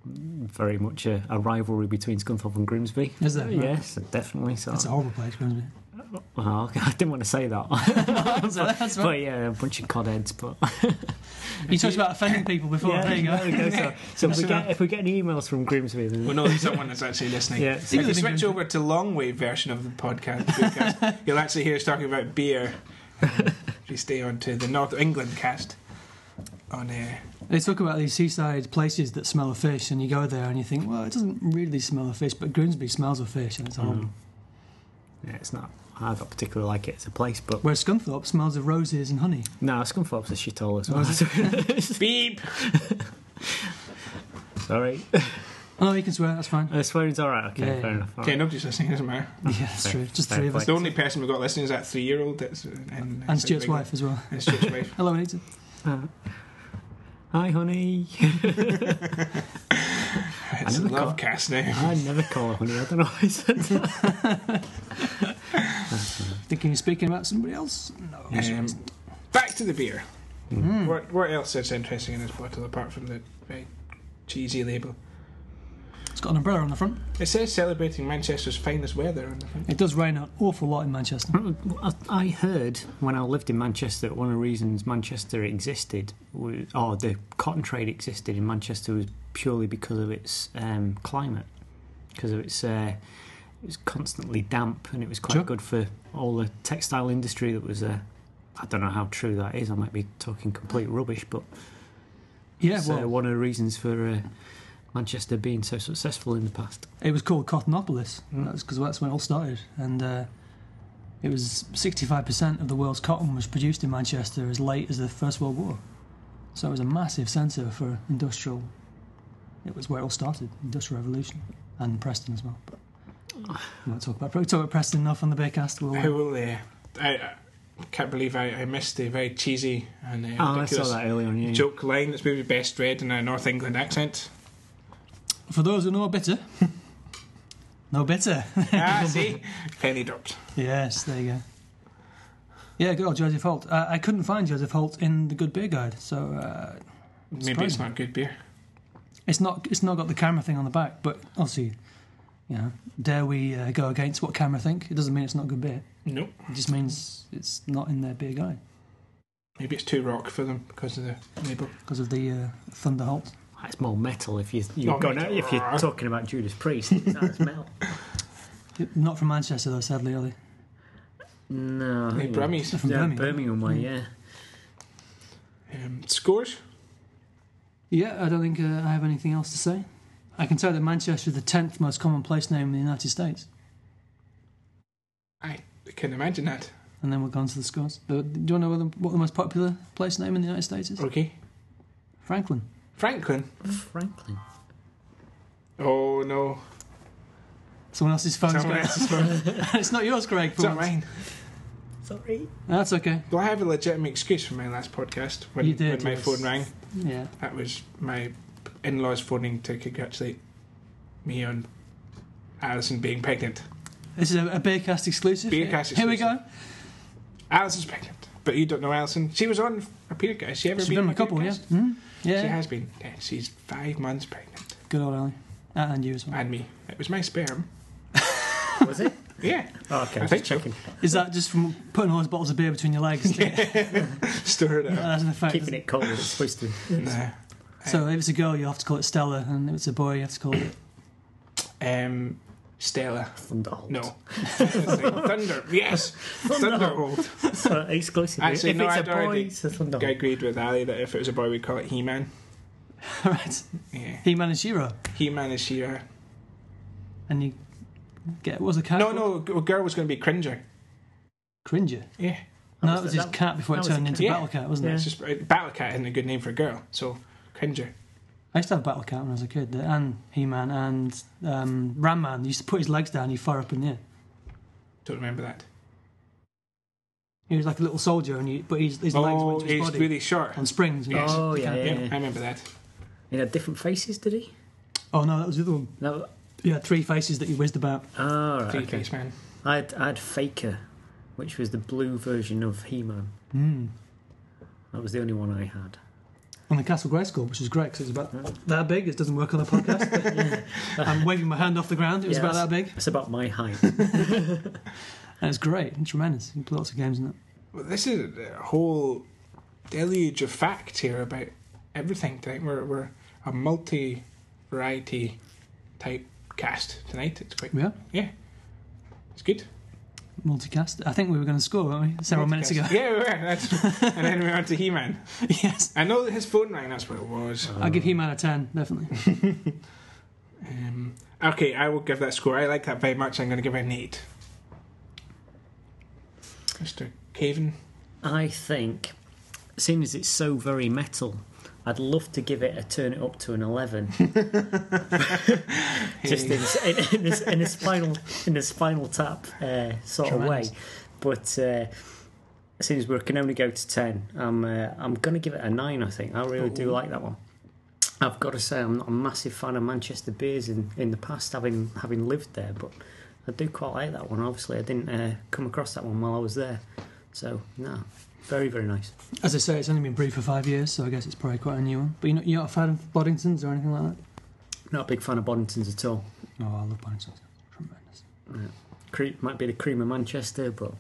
[SPEAKER 4] very much a, a rivalry between Scunthorpe and Grimsby.
[SPEAKER 1] Is there? Right.
[SPEAKER 4] Yes, definitely. So,
[SPEAKER 1] It's a horrible place, Grimsby.
[SPEAKER 4] well, (laughs) I didn't want to say that, but,
[SPEAKER 1] (laughs) (laughs) that's
[SPEAKER 4] but yeah, a bunch of codheads. But
[SPEAKER 1] You talked about offending people before. there
[SPEAKER 4] (laughs)
[SPEAKER 1] you go. (laughs)
[SPEAKER 4] So, so if, we get, if we get any emails from Grimsby, then
[SPEAKER 2] We know that someone is actually listening.
[SPEAKER 4] Yeah.
[SPEAKER 2] if you switch over to long wave version of the podcast, podcast you'll actually hear us talking about beer. if you stay on to the North England cast on air.
[SPEAKER 1] They talk about these seaside places that smell of fish, and you go there and you think, well, it doesn't really smell of fish, but Grimsby smells of fish, and it's
[SPEAKER 4] Mm.
[SPEAKER 1] horrible.
[SPEAKER 4] yeah, it's not. I don't particularly like it as a place, but
[SPEAKER 1] Whereas Scunthorpe smells of roses and honey.
[SPEAKER 4] no, Scunthorpe's a shithole as well.
[SPEAKER 2] Beep!
[SPEAKER 4] (laughs)
[SPEAKER 1] (laughs)
[SPEAKER 4] Sorry.
[SPEAKER 1] Oh, no, you can swear. That's fine.
[SPEAKER 4] Uh, swearing's all right.
[SPEAKER 1] Yeah,
[SPEAKER 4] Okay,
[SPEAKER 1] yeah.
[SPEAKER 4] fair enough. all
[SPEAKER 2] Okay,
[SPEAKER 4] right.
[SPEAKER 2] nobody's listening, doesn't matter.
[SPEAKER 1] (laughs) Yeah, that's
[SPEAKER 4] Fair-
[SPEAKER 1] true. Just
[SPEAKER 4] fair
[SPEAKER 1] three of us.
[SPEAKER 2] The only person we've got listening is that three year old. That's And,
[SPEAKER 1] And Stuart's wife as well.
[SPEAKER 2] And
[SPEAKER 1] (laughs)
[SPEAKER 2] Stuart's wife.
[SPEAKER 1] Hello, Anita.
[SPEAKER 4] Uh,
[SPEAKER 1] (laughs)
[SPEAKER 4] hi, honey.
[SPEAKER 2] It's a
[SPEAKER 4] never
[SPEAKER 2] love
[SPEAKER 4] got-
[SPEAKER 2] cast now.
[SPEAKER 4] I never call her honey. I don't know why I said that.
[SPEAKER 1] Thinking you're speaking about somebody else? No. Mm. I'm sure
[SPEAKER 2] Um,
[SPEAKER 1] it's-
[SPEAKER 2] back to the beer.
[SPEAKER 1] Hmm?
[SPEAKER 4] Hmm.
[SPEAKER 2] What, what else is interesting in this bottle apart from the very cheesy label?
[SPEAKER 1] it's got an umbrella on the front.
[SPEAKER 2] It says celebrating Manchester's finest weather on the front.
[SPEAKER 1] It does rain an awful lot in Manchester.
[SPEAKER 4] I- I heard when I lived in Manchester that one of the reasons Manchester existed, was, or the cotton trade existed in Manchester, was purely because of its um, climate, because of its. Uh, it was constantly damp, and it was quite
[SPEAKER 1] Sure.
[SPEAKER 4] good for all the textile industry that was there. I don't know how true that is. I might be talking complete rubbish, but
[SPEAKER 1] Yeah,
[SPEAKER 4] So
[SPEAKER 1] well,
[SPEAKER 4] one of the reasons for uh, Manchester being so successful in the past.
[SPEAKER 1] it was called Cottonopolis.
[SPEAKER 4] Mm.
[SPEAKER 1] That's because that's when it all started. And uh, it was 65% of the world's cotton was produced in Manchester as late as the First World War. So it was a massive centre for industrial. It was where it all started, industrial revolution, and Preston as well. But we won't talk about, probably talk about Preston enough on the Bearcast.
[SPEAKER 4] Oh.
[SPEAKER 1] We'll,
[SPEAKER 2] I will. Uh, I, I can't believe I, I missed the very cheesy and uh,
[SPEAKER 4] Oh, I saw
[SPEAKER 2] ridiculous
[SPEAKER 4] that earlier on. Yeah.
[SPEAKER 2] joke line that's maybe best
[SPEAKER 4] (laughs)
[SPEAKER 2] read in a North England accent.
[SPEAKER 1] For those who (laughs) know bitter, No bitter.
[SPEAKER 2] ah, see? Penny dropped.
[SPEAKER 1] (laughs) Yes, there you go. Yeah, good old Joseph Holt. Uh, I couldn't find Joseph Holt in the Good Beer Guide, so uh,
[SPEAKER 2] Maybe it's not good beer.
[SPEAKER 1] it's not it's not got the camera thing on the back. But obviously, you know, dare we uh, go against what camera think? It doesn't mean it's not good beer.
[SPEAKER 2] Nope.
[SPEAKER 1] It just means it's not in their beer guide
[SPEAKER 2] Maybe it's too rock for them because of the label.
[SPEAKER 1] because of the uh, Thunder Holt.
[SPEAKER 4] It's more metal if you
[SPEAKER 2] Not
[SPEAKER 4] you've got
[SPEAKER 2] metal.
[SPEAKER 4] if you're talking about Judas (laughs) Priest. That's metal.
[SPEAKER 1] Not from Manchester though, sadly, are they?
[SPEAKER 4] No, I
[SPEAKER 2] Hey,
[SPEAKER 4] think
[SPEAKER 2] Brummies.
[SPEAKER 1] They're from
[SPEAKER 4] yeah,
[SPEAKER 1] Birmingham.
[SPEAKER 4] Birmingham way. Yeah,
[SPEAKER 2] Um, scores?
[SPEAKER 1] Yeah, I don't think uh, I have anything else to say. I can tell that Manchester is the tenth most common place name in the United States,
[SPEAKER 2] I can imagine that.
[SPEAKER 1] and then we'll go on to the scores. But do you want to know what the, what the most popular place name in the United States is?
[SPEAKER 2] Okay.
[SPEAKER 1] Franklin.
[SPEAKER 2] Franklin.
[SPEAKER 4] Franklin.
[SPEAKER 2] Oh no.
[SPEAKER 1] Someone else's phone's
[SPEAKER 2] Someone
[SPEAKER 1] going.
[SPEAKER 2] else's phone.
[SPEAKER 1] (laughs) it's not yours, Greg.
[SPEAKER 2] It's
[SPEAKER 1] for
[SPEAKER 2] not
[SPEAKER 1] once.
[SPEAKER 2] mine.
[SPEAKER 4] Sorry.
[SPEAKER 1] No, That's okay.
[SPEAKER 2] Do I have a legitimate excuse for my last podcast when,
[SPEAKER 1] You did,
[SPEAKER 2] when my
[SPEAKER 1] yes.
[SPEAKER 2] phone rang?
[SPEAKER 1] Yeah.
[SPEAKER 2] That was my in laws phoning to congratulate me on Alison being pregnant.
[SPEAKER 1] This is a, a Beercast exclusive.
[SPEAKER 2] Beercast
[SPEAKER 1] Here we go.
[SPEAKER 2] exclusive. Alison's pregnant. But you don't know Alison. She was on a period guys. She ever
[SPEAKER 1] She's
[SPEAKER 2] been,
[SPEAKER 1] been on
[SPEAKER 2] on
[SPEAKER 1] a couple, yeah.
[SPEAKER 2] podcast?
[SPEAKER 1] Mm? Yeah.
[SPEAKER 2] She has been. Yeah, she's five months pregnant.
[SPEAKER 1] Good old Ali. Ah, and you as well.
[SPEAKER 2] And me. It was my sperm.
[SPEAKER 4] Was (laughs) it?
[SPEAKER 2] Yeah.
[SPEAKER 4] Oh, okay,
[SPEAKER 2] I think so.
[SPEAKER 4] checking.
[SPEAKER 1] Is that just from putting all those bottles of beer between your legs? yeah.
[SPEAKER 2] (laughs) Stir it up.
[SPEAKER 1] That's an effect.
[SPEAKER 4] Keeping it cold. It's supposed to.
[SPEAKER 2] Nah.
[SPEAKER 1] So if it's a girl, you have to call it Stella, and if it's a boy, you have to call it. (laughs)
[SPEAKER 2] Um, Stella.
[SPEAKER 1] (laughs)
[SPEAKER 4] Thunderbolt.
[SPEAKER 2] No. Thunder. Yes. Thunderbolt.
[SPEAKER 4] (laughs) So exclusive.
[SPEAKER 2] Actually,
[SPEAKER 4] if
[SPEAKER 2] no,
[SPEAKER 4] it's
[SPEAKER 2] I
[SPEAKER 4] a
[SPEAKER 2] don't
[SPEAKER 4] boy,
[SPEAKER 2] think-
[SPEAKER 4] it's a
[SPEAKER 2] I
[SPEAKER 4] Thunderbolt.
[SPEAKER 2] agreed with Ali that if it was a boy, we'd call it He Man.
[SPEAKER 1] right.
[SPEAKER 2] Yeah.
[SPEAKER 1] He Man and Shiro,
[SPEAKER 2] He uh, Man is here.
[SPEAKER 1] and you get what was a cat?
[SPEAKER 2] No,
[SPEAKER 1] called?
[SPEAKER 2] no, g- girl was going to be Cringer.
[SPEAKER 1] Cringer.
[SPEAKER 2] Yeah.
[SPEAKER 1] No,
[SPEAKER 4] was
[SPEAKER 1] that was
[SPEAKER 4] the-
[SPEAKER 1] his
[SPEAKER 4] that-
[SPEAKER 1] cat before it
[SPEAKER 4] that was
[SPEAKER 1] turned
[SPEAKER 4] the
[SPEAKER 1] into
[SPEAKER 2] cat.
[SPEAKER 1] Battle Cat, wasn't
[SPEAKER 4] Yeah.
[SPEAKER 1] it?
[SPEAKER 2] It's just uh, Battle Cat isn't a good name for a girl, so Cringer.
[SPEAKER 1] I used to have Battle Cat when I was a kid, and He Man and um, Ram Man. He used to put his legs down, he'd fire up in the air.
[SPEAKER 2] Don't remember that.
[SPEAKER 1] He was like a little soldier, and he, but his, his legs
[SPEAKER 2] Oh,
[SPEAKER 1] went to his
[SPEAKER 2] he's
[SPEAKER 1] body
[SPEAKER 2] really short.
[SPEAKER 1] on springs. and
[SPEAKER 2] Yes.
[SPEAKER 4] Oh
[SPEAKER 1] you
[SPEAKER 4] yeah,
[SPEAKER 1] can't-
[SPEAKER 4] yeah.
[SPEAKER 2] Yeah,
[SPEAKER 4] yeah.
[SPEAKER 2] I remember that.
[SPEAKER 4] He had different faces, did he?
[SPEAKER 1] Oh no, that was the other one.
[SPEAKER 4] No.
[SPEAKER 1] You had three faces that you whizzed about.
[SPEAKER 4] Oh, right,
[SPEAKER 2] Three
[SPEAKER 4] okay.
[SPEAKER 2] Face Man.
[SPEAKER 4] I had, I had Faker, which was the blue version of He-Man.
[SPEAKER 1] Mm.
[SPEAKER 4] That was the only one I had.
[SPEAKER 1] On the Castle Grayskull, which was great because it was about that big. It doesn't work on the podcast. I'm waving my hand off the ground. It was
[SPEAKER 4] Yeah,
[SPEAKER 1] about that big,
[SPEAKER 4] That's about my height.
[SPEAKER 1] and it's great and tremendous. You play lots of games in it.
[SPEAKER 2] Well, this is a whole deluge of fact here about everything tonight. We're, we're a multi variety type cast tonight. It's quite.
[SPEAKER 1] Yeah,
[SPEAKER 2] Yeah. It's good.
[SPEAKER 1] multicast. I think we were going to score, weren't we? Several minutes ago.
[SPEAKER 2] Yeah, we were. That's, (laughs) and then we went to He Man.
[SPEAKER 1] (laughs) yes.
[SPEAKER 2] I know that his phone rang, that's what it was.
[SPEAKER 1] I'll give He-Man a ten, definitely.
[SPEAKER 2] Um, okay, I will give that score. I like that very much. I'm going to give it an 8. Mr. Caven.
[SPEAKER 4] I think, seeing as it's so very metal, I'd love to give it a turn it up to an eleven. (laughs) Just in, in, in, a, in a spinal in a spinal tap uh, sort
[SPEAKER 1] Tremendous.
[SPEAKER 4] of way, but. Uh, seeing as we can only go to ten, I'm uh, I'm gonna give it a nine. I think I really do like that one. I've got to say I'm not a massive fan of Manchester beers in, in the past, having having lived there, but I do quite like that one. Obviously, I didn't uh, come across that one while I was there, so no, very very nice.
[SPEAKER 1] As I say, it's only been brewed for five years, so I guess it's probably quite a new one. But you're not, you're not a fan of Boddingtons or anything like that?
[SPEAKER 4] Not a big fan of Boddingtons at all.
[SPEAKER 1] Oh, I love Boddingtons. Tremendous.
[SPEAKER 4] Cre- might be the cream of Manchester, but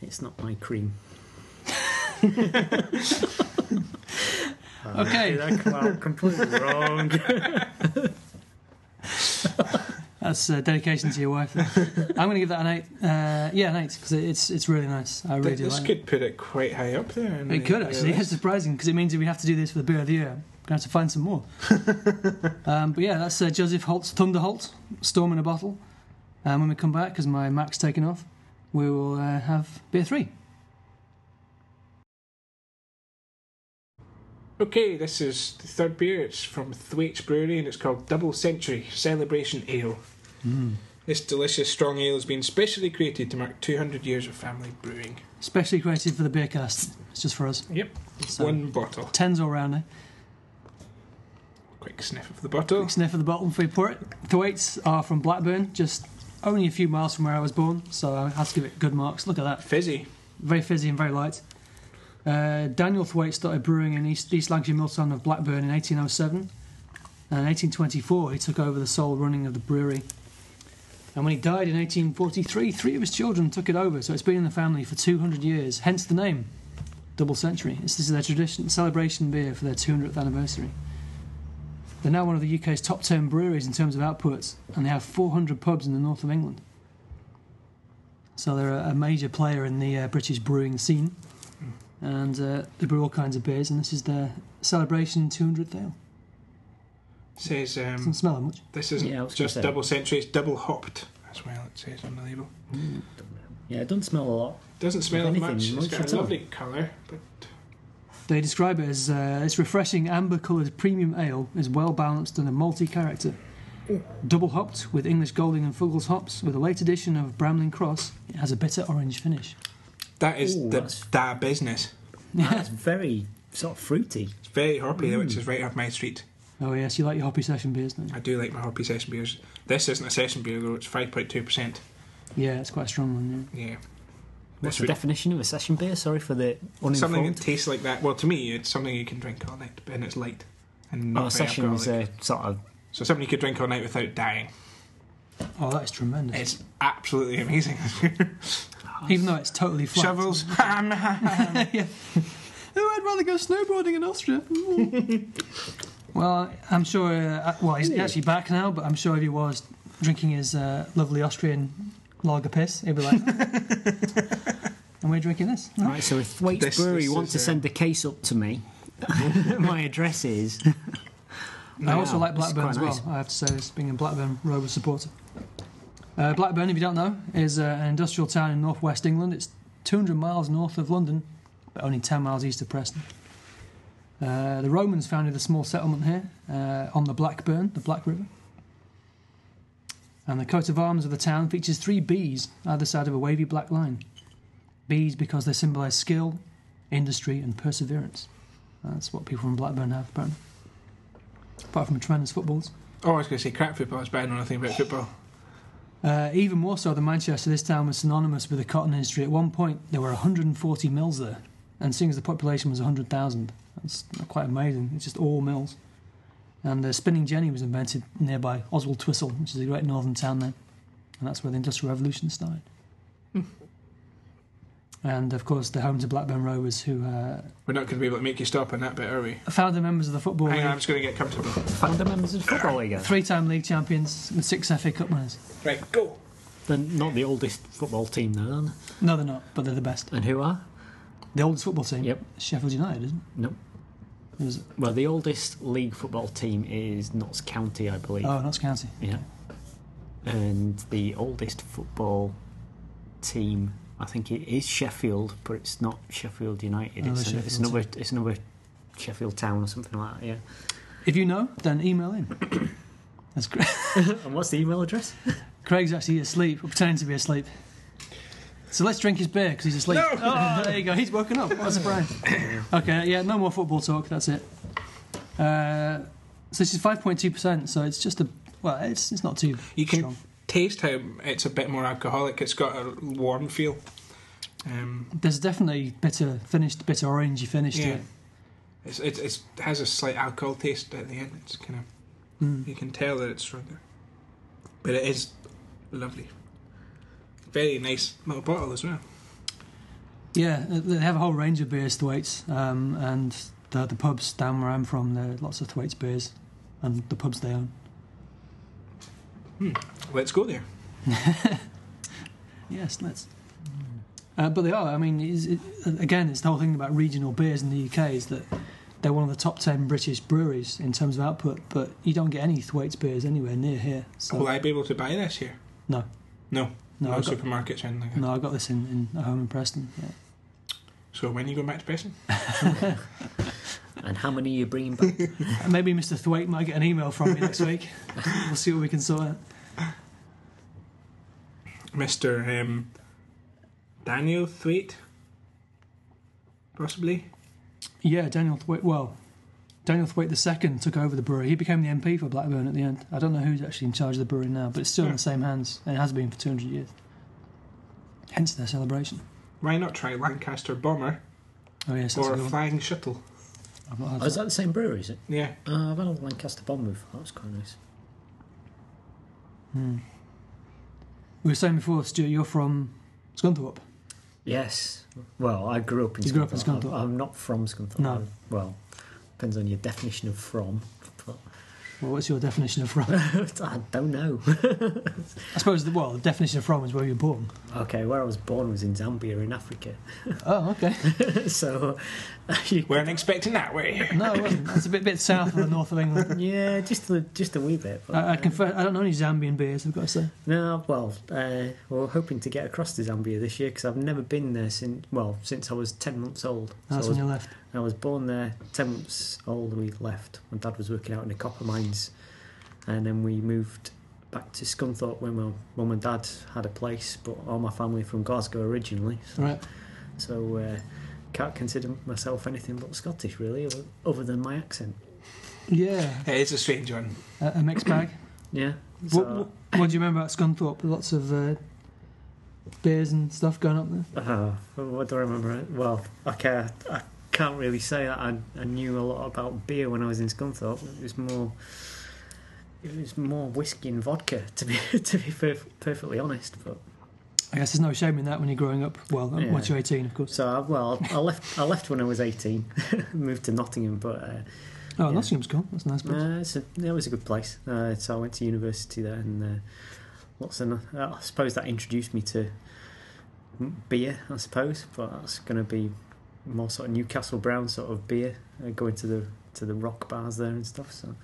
[SPEAKER 4] it's not my
[SPEAKER 2] (laughs)
[SPEAKER 4] cream.
[SPEAKER 1] Okay,
[SPEAKER 4] I come out completely wrong.
[SPEAKER 1] that's uh, dedication to your wife. I'm going to give that an eight. Uh, yeah, an eight because it's it's really nice. I really
[SPEAKER 2] Th-
[SPEAKER 1] do
[SPEAKER 2] this
[SPEAKER 1] like it.
[SPEAKER 2] could put it quit high up there. uh, in
[SPEAKER 1] It
[SPEAKER 2] the-
[SPEAKER 1] could
[SPEAKER 2] the
[SPEAKER 1] actually.
[SPEAKER 2] list.
[SPEAKER 1] It's surprising because it means that we have to do this for the beer of the year. We're going to have to find some more. um, but yeah, that's uh, Joseph Holt's Thunder Holt, Storm in a Bottle. And when we come back, because my Mac's taken off, we will uh, have beer three.
[SPEAKER 2] Okay, this is the third beer. It's from Thwaites Brewery and it's called Double Century Celebration Ale. This delicious strong ale has been specially created to mark 200 years of family brewing.
[SPEAKER 1] Specially created for the beer cast. It's just for us.
[SPEAKER 2] Yep.
[SPEAKER 1] So-
[SPEAKER 2] One bottle.
[SPEAKER 1] Tens all round, eh?
[SPEAKER 2] Quite quick sniff of the bottle.
[SPEAKER 1] Quick sniff of the bottle before you pour it. Thwaites are from Blackburn, just only a few miles from where I was born, so I had to give it good marks. Look at that.
[SPEAKER 2] Fizzy.
[SPEAKER 1] Very fizzy and very light. Uh, Daniel Thwaite started brewing in East, East Lancashire mill town of Blackburn in 1807. And in 1824, he took over the sole running of the brewery. And when he died in 1843, three of his children took it over, so it's been in the family for 200 years, hence the name. Double century. It's, this is their tradition, celebration beer for their 200th anniversary. They're now one of the UK's top 10 breweries in terms of outputs, and they have 400 pubs in the north of England. So they're a, a major player in the uh, British brewing scene, and uh, they brew all kinds of beers, and this is their celebration 200th ale.
[SPEAKER 2] Says um,
[SPEAKER 1] Doesn't smell that much.
[SPEAKER 2] this isn't
[SPEAKER 3] Yeah, I was gonna
[SPEAKER 2] just
[SPEAKER 3] say.
[SPEAKER 2] double century, it's double hopped as well, it says on the label.
[SPEAKER 3] Yeah, it doesn't smell a lot.
[SPEAKER 2] Doesn't smell
[SPEAKER 3] anything,
[SPEAKER 2] much. It's
[SPEAKER 3] much
[SPEAKER 2] got
[SPEAKER 3] at
[SPEAKER 2] a
[SPEAKER 3] all.
[SPEAKER 2] lovely colour, but
[SPEAKER 1] They describe it as uh, its refreshing amber coloured premium ale is well balanced and a malty character. Double hopped with English Golding and Fuggles hops, with a late addition of Bramlin Cross, it has a bitter orange finish.
[SPEAKER 2] that is
[SPEAKER 3] Ooh,
[SPEAKER 2] the
[SPEAKER 3] that's-
[SPEAKER 2] da business.
[SPEAKER 3] That's very sort of fruity.
[SPEAKER 2] It's very hoppy, though, which is right up my street.
[SPEAKER 1] (laughs) Oh, yes, you like your hoppy session beers, don't you?
[SPEAKER 2] I do like my hoppy session beers. This isn't a session beer though; it's five point two percent.
[SPEAKER 1] Yeah, it's quite a strong one.
[SPEAKER 2] Yeah.
[SPEAKER 4] What's
[SPEAKER 2] This
[SPEAKER 4] the
[SPEAKER 2] would-
[SPEAKER 4] definition of a session beer? Sorry for the
[SPEAKER 2] something
[SPEAKER 4] uninformed.
[SPEAKER 2] that tastes like that. Well, to me, it's something you can drink all night, and it's light and not
[SPEAKER 4] Our
[SPEAKER 2] very
[SPEAKER 4] Oh, session was
[SPEAKER 2] alcoholic.
[SPEAKER 4] a sort of
[SPEAKER 2] So something you could drink all night without dying.
[SPEAKER 1] Yeah. Oh, that is tremendous.
[SPEAKER 2] It's absolutely amazing. (laughs)
[SPEAKER 1] Even though it's totally flat.
[SPEAKER 2] Shovels.
[SPEAKER 1] (laughs) yeah. Oh, I'd rather go snowboarding in Austria. (laughs) well, I'm sure. Uh, well, he's actually back now, but I'm sure if he was drinking his uh, lovely Austrian lager piss, he'd be (laughs) like, and we're drinking this.
[SPEAKER 4] Right, so if Thwaites
[SPEAKER 2] This-
[SPEAKER 4] Brewery
[SPEAKER 2] this
[SPEAKER 4] want
[SPEAKER 2] is,
[SPEAKER 4] to
[SPEAKER 2] uh,
[SPEAKER 4] send the case up to me, (laughs) my address is.
[SPEAKER 1] I also like
[SPEAKER 4] this is
[SPEAKER 1] Blackburn
[SPEAKER 4] quite
[SPEAKER 1] as well.
[SPEAKER 4] nice.
[SPEAKER 1] I have to say this, being a Blackburn Rovers supporter. Uh, Blackburn, if you don't know, is uh, an industrial town in northwest England. It's 200 miles north of London, but only 10 miles east of Preston. Uh, the Romans founded a small settlement here uh, on the Blackburn, the Black River. And the coat of arms of the town features three bees either side of a wavy black line. Bees because they symbolise skill, industry, and perseverance. That's what people from Blackburn have, apparently. Apart from tremendous footballs.
[SPEAKER 2] (laughs) Oh, I was going to say crap football. It's bad. I don't know anything about football.
[SPEAKER 1] Uh, even more so than Manchester, this town was synonymous with the cotton industry. At one point, there were 140 mills there, and seeing as the population was 100,000, that's quite amazing. It's just all mills. And the spinning jenny was invented nearby Oswald Twistle, which is a great northern town then, and that's where the Industrial Revolution started.
[SPEAKER 2] Hmm.
[SPEAKER 1] and of course, the home to Blackburn Rovers, who uh,
[SPEAKER 2] We're not going to be able to make you stop on that bit, are we?
[SPEAKER 1] founder members of the football
[SPEAKER 2] Hang on, I'm
[SPEAKER 1] league,
[SPEAKER 2] just going to get comfortable.
[SPEAKER 4] Founder members of the Football League. are they?
[SPEAKER 1] three-time league champions, with six FA Cup winners.
[SPEAKER 2] Right, go.
[SPEAKER 4] They're not the oldest football team, though, are they?
[SPEAKER 1] No, they're not, but they're the best.
[SPEAKER 4] And who are?
[SPEAKER 1] The oldest football team.
[SPEAKER 4] Yep.
[SPEAKER 1] Sheffield United, isn't
[SPEAKER 4] No.
[SPEAKER 1] it? Or is it?
[SPEAKER 4] Well, the oldest league football team is Notts County, I believe.
[SPEAKER 1] Oh, Notts County.
[SPEAKER 4] Yeah. And the oldest football team, I think it is Sheffield, but it's not Sheffield United.
[SPEAKER 1] Another
[SPEAKER 4] it's, an- it's
[SPEAKER 1] Sheffield
[SPEAKER 4] another. It's another Sheffield town or something like that. Yeah.
[SPEAKER 1] If you know, then email in. That's great.
[SPEAKER 4] (laughs) and what's the email address?
[SPEAKER 1] (laughs) Craig's actually asleep, or pretending to be asleep. So let's drink his beer because he's asleep.
[SPEAKER 2] No!
[SPEAKER 1] Oh, (laughs) there you go. He's woken up. What a
[SPEAKER 2] (coughs)
[SPEAKER 1] surprise. okay, yeah, no more football talk. That's it. Uh, so this is 5.2%, so it's just a. Well, it's, it's not too
[SPEAKER 2] You can
[SPEAKER 1] strong.
[SPEAKER 2] taste how it's a bit more alcoholic. It's got a warm feel. Um,
[SPEAKER 1] There's definitely bitter, finished, bitter orangey finish to
[SPEAKER 2] Yeah.
[SPEAKER 1] it.
[SPEAKER 2] it's, it's, it's, it has a slight alcohol taste at the end. It's kind of
[SPEAKER 1] Hmm.
[SPEAKER 2] you can tell that it's stronger, but it is lovely. Very nice little bottle as well.
[SPEAKER 1] Yeah, they have a whole range of beers, Thwaites, um, and the, the pubs down where I'm from, there are lots of Thwaites beers, and the pubs they own.
[SPEAKER 2] Let's go there.
[SPEAKER 1] Yes, let's. Uh, but they are. I mean, is it, again, it's the whole thing about regional beers in the UK is that they're one of the top ten British breweries in terms of output, but you don't get any Thwaites beers anywhere near here. So
[SPEAKER 2] Will I be able to buy this here?
[SPEAKER 1] no,
[SPEAKER 2] No,
[SPEAKER 1] Oh. No,
[SPEAKER 2] no,
[SPEAKER 1] I got-
[SPEAKER 2] supermarkets or anything. Like that.
[SPEAKER 1] no, I got this in, in a home in Preston. Yeah.
[SPEAKER 2] So when you go back to Preston,
[SPEAKER 4] And how many are you bringing back?
[SPEAKER 1] Uh, Maybe Mr. Thwaite might get an email from me next week. We'll see what we can sort out.
[SPEAKER 2] Mister um, Daniel Thwaite, possibly.
[SPEAKER 1] Yeah, Daniel Thwaite. Well, Daniel Thwaite II took over the brewery. He became the MP for Blackburn at the end. I don't know who's actually in charge of the brewery now, but it's still in the same hands, and it has been for 200 years. Hence their celebration.
[SPEAKER 2] Why not try Lancaster Bomber
[SPEAKER 1] Oh, yes, that's a
[SPEAKER 2] or
[SPEAKER 1] good one.
[SPEAKER 2] Flying Shuttle?
[SPEAKER 1] I've not had
[SPEAKER 4] (laughs) Oh, is that the same brewery, is it?
[SPEAKER 2] Yeah.
[SPEAKER 4] Uh, I've had a Lancaster bomb before. That was quite nice.
[SPEAKER 1] We were saying before, Stuart, you're from Scunthorpe.
[SPEAKER 4] Yes. Well, I grew up in
[SPEAKER 1] You grew up in Scunthorpe.
[SPEAKER 4] I'm, I'm not from Scunthorpe.
[SPEAKER 1] No.
[SPEAKER 4] I'm- well, depends on your definition of from. But
[SPEAKER 1] Well, what's your definition of from?
[SPEAKER 4] (laughs) I don't know. (laughs)
[SPEAKER 1] I suppose, the, well, the definition of from is where you're born.
[SPEAKER 4] okay, where I was born was in Zambia in Africa. (laughs)
[SPEAKER 1] Oh, okay.
[SPEAKER 4] so, (laughs) you,
[SPEAKER 2] Weren't expecting that, were you?
[SPEAKER 1] No, it wasn't. That's a bit, bit south of the north of England.
[SPEAKER 4] yeah, just a, just a wee bit. But,
[SPEAKER 1] I, I
[SPEAKER 4] uh,
[SPEAKER 1] confess, I don't know any Zambian beers, I've got to say.
[SPEAKER 4] No, well, uh, we're hoping to get across to Zambia this year because I've never been there since well since I was ten months old. So I
[SPEAKER 1] That's
[SPEAKER 4] was
[SPEAKER 1] when you left.
[SPEAKER 4] I was born there, 10 months old, and we left. My dad was working out in the copper mines. And then we moved back to Scunthorpe when my mum and dad had a place, but all my family from Glasgow originally. So,
[SPEAKER 1] Right.
[SPEAKER 4] so uh, can't consider myself anything but Scottish, really, other- other than my accent.
[SPEAKER 1] Yeah,
[SPEAKER 2] It is a strange one.
[SPEAKER 1] a, a mixed bag.
[SPEAKER 4] Yeah. So,
[SPEAKER 1] What, what, what do you remember about Scunthorpe? Lots of uh, beers and stuff going up there.
[SPEAKER 4] Uh, what do I remember? Well, okay, I, I can't really say that I, I knew a lot about beer when I was in Scunthorpe. It was more, it was more whiskey and vodka (laughs) to be to be perf- perfectly honest. But
[SPEAKER 1] I guess there's no shame in that when you're growing up. Well, uh,
[SPEAKER 4] Yeah.
[SPEAKER 1] once you're 18, of course.
[SPEAKER 4] so I, well, I left I left when I was eighteen, (laughs) moved to Nottingham, but. Uh,
[SPEAKER 1] Oh,
[SPEAKER 4] yeah.
[SPEAKER 1] Nottingham's cool. That's a nice place.
[SPEAKER 4] Uh, it's a, it was a good place. Uh, so I went to university there, and uh, lots of. Uh, I suppose that introduced me to m- beer. I suppose, but that's going to be more sort of Newcastle Brown sort of beer. Uh, going to the to the rock bars there and stuff. So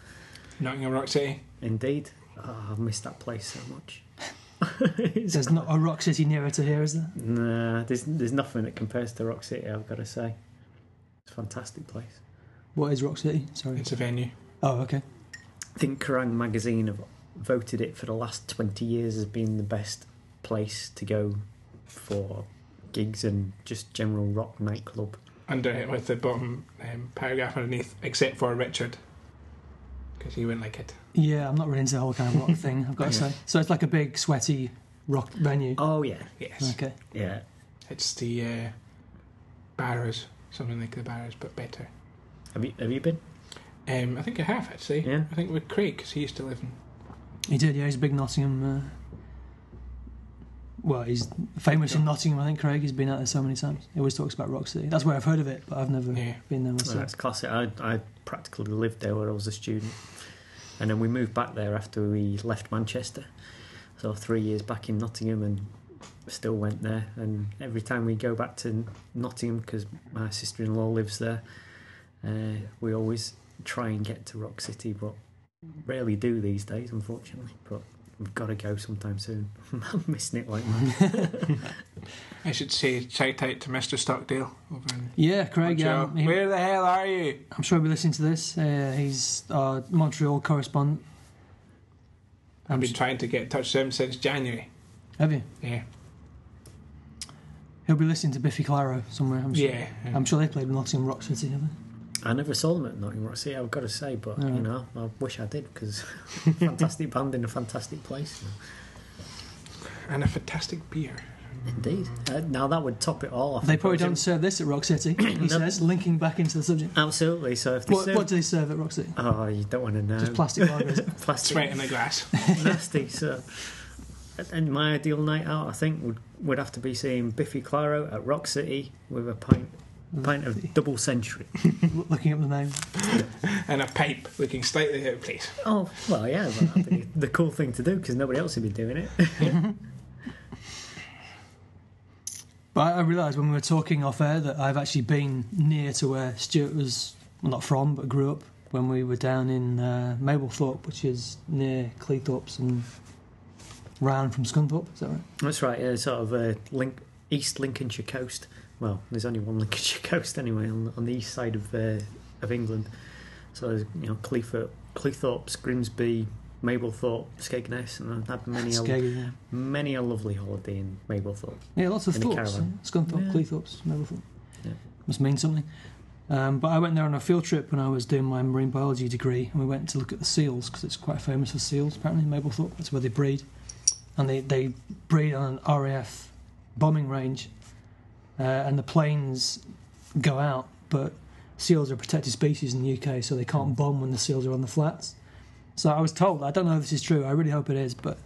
[SPEAKER 2] Nottingham Rock City.
[SPEAKER 4] indeed, oh, I've missed that place so much. (laughs) It's-
[SPEAKER 1] There's not a rock city nearer to here, is there?
[SPEAKER 4] nah, there's there's nothing that compares to Rock City. I've got to say, it's a fantastic place.
[SPEAKER 1] What is rock city? Sorry.
[SPEAKER 2] It's a venue.
[SPEAKER 1] Oh, okay.
[SPEAKER 4] think Kerrang magazine have voted it for the last 20 years as being the best place to go for gigs and just general rock nightclub.
[SPEAKER 2] Under it with the bottom um, paragraph underneath, except for Richard. Because he wouldn't like it.
[SPEAKER 1] Yeah, I'm not really into the whole kind of (laughs) rock thing, I've got to say. So it's like a big, sweaty rock venue.
[SPEAKER 4] Oh, yeah,
[SPEAKER 2] Yes.
[SPEAKER 1] Okay.
[SPEAKER 4] yeah.
[SPEAKER 2] It's the uh, Barrows. Something like the Barrows, but better.
[SPEAKER 4] Have you, have you been?
[SPEAKER 2] Um, I think I have, actually.
[SPEAKER 4] Yeah.
[SPEAKER 2] I think with Craig, 'cause he used to live in
[SPEAKER 1] He did, yeah, he's a big Nottingham. Uh, well, he's famous in Nottingham, I think, Craig. He's been out there so many times. He always talks about Rock City. That's where I've heard of it, but I've never
[SPEAKER 2] Yeah.
[SPEAKER 1] been there
[SPEAKER 4] So
[SPEAKER 1] myself.
[SPEAKER 4] that's classic. I, I practically lived there when I was a student. And then we moved back there after we left Manchester. So three years back in Nottingham and still went there. And every time we go back to Nottingham, because my sister in law lives there, uh, we always try and get to Rock City, but rarely do these days, unfortunately. But we've got to go sometime soon. (laughs) I'm missing it like mad.
[SPEAKER 2] I should say shout out to Mr. Stockdale over in
[SPEAKER 1] Yeah, Craig.
[SPEAKER 2] Montreal.
[SPEAKER 1] Um, he-
[SPEAKER 2] Where the hell are you?
[SPEAKER 1] I'm sure he'll be listening to this. Uh, he's our Montreal correspondent.
[SPEAKER 2] I've
[SPEAKER 1] I'm
[SPEAKER 2] been
[SPEAKER 1] s-
[SPEAKER 2] trying to get in touch with him since January.
[SPEAKER 1] Have you?
[SPEAKER 2] Yeah.
[SPEAKER 1] He'll be listening to Biffy Clyro somewhere. I'm sure.
[SPEAKER 2] Yeah.
[SPEAKER 1] I'm sure they played Nottingham Rock City, have they?
[SPEAKER 4] I never saw them at Nottingham Rock City, I've got to say, but
[SPEAKER 1] Yeah.
[SPEAKER 4] you know, I wish I did
[SPEAKER 1] (laughs)
[SPEAKER 4] because (laughs) fantastic band in a fantastic place.
[SPEAKER 2] And a fantastic beer.
[SPEAKER 4] Indeed. Uh, now that would top it all off.
[SPEAKER 1] They probably don't
[SPEAKER 4] suppose.
[SPEAKER 1] serve this at Rock City. He says, linking back into the subject.
[SPEAKER 4] (laughs) Absolutely. So if they
[SPEAKER 1] What,
[SPEAKER 4] serve-
[SPEAKER 1] what do they serve at Rock City?
[SPEAKER 4] oh, you don't want to know.
[SPEAKER 1] Just plastic lagers.
[SPEAKER 4] plastic,
[SPEAKER 2] Sweat in the glass.
[SPEAKER 4] (laughs) nasty. So, and my ideal night out, I think, would would have to be seeing Biffy Clyro at Rock City with a pint. Pint of double century.
[SPEAKER 1] L- looking up the name.
[SPEAKER 2] and a pipe looking slightly out of place.
[SPEAKER 4] Oh well, yeah, but that'd be the cool thing to do because nobody else would be doing it.
[SPEAKER 1] But I, I realised when we were talking off air that I've actually been near to where Stuart was, well, not from, but grew up when we were down in uh, Mablethorpe, which is near Cleethorpes and round from Scunthorpe. Is that right?
[SPEAKER 4] That's right. Yeah, sort of uh, link East Lincolnshire coast. Well, there's only one (laughs) Lincolnshire coast anyway on, on the east side of uh, of England. So there's you know Cleethorpes, Cleethorpes Grimsby, Mablethorpe, Skegness, and I've had many a,
[SPEAKER 1] Skeggy, yeah.
[SPEAKER 4] many a lovely holiday in Mablethorpe. (laughs)
[SPEAKER 1] Yeah, lots of
[SPEAKER 4] In a
[SPEAKER 1] thoughts.
[SPEAKER 4] caravan.
[SPEAKER 1] Scunthorpe,
[SPEAKER 4] Yeah.
[SPEAKER 1] Cleethorpes, Mablethorpe.
[SPEAKER 4] Yeah.
[SPEAKER 1] Must mean something. Um, but I went there on a field trip when I was doing my marine biology degree, and we went to look at the seals because it's quite famous for seals. Apparently, Mablethorpe that's where they breed, and they they breed on an RAF bombing range, uh, and the planes go out, but seals are a protected species in the UK, so they can't bomb when the seals are on the flats. So I was told, I don't know if this is true, I really hope it is, but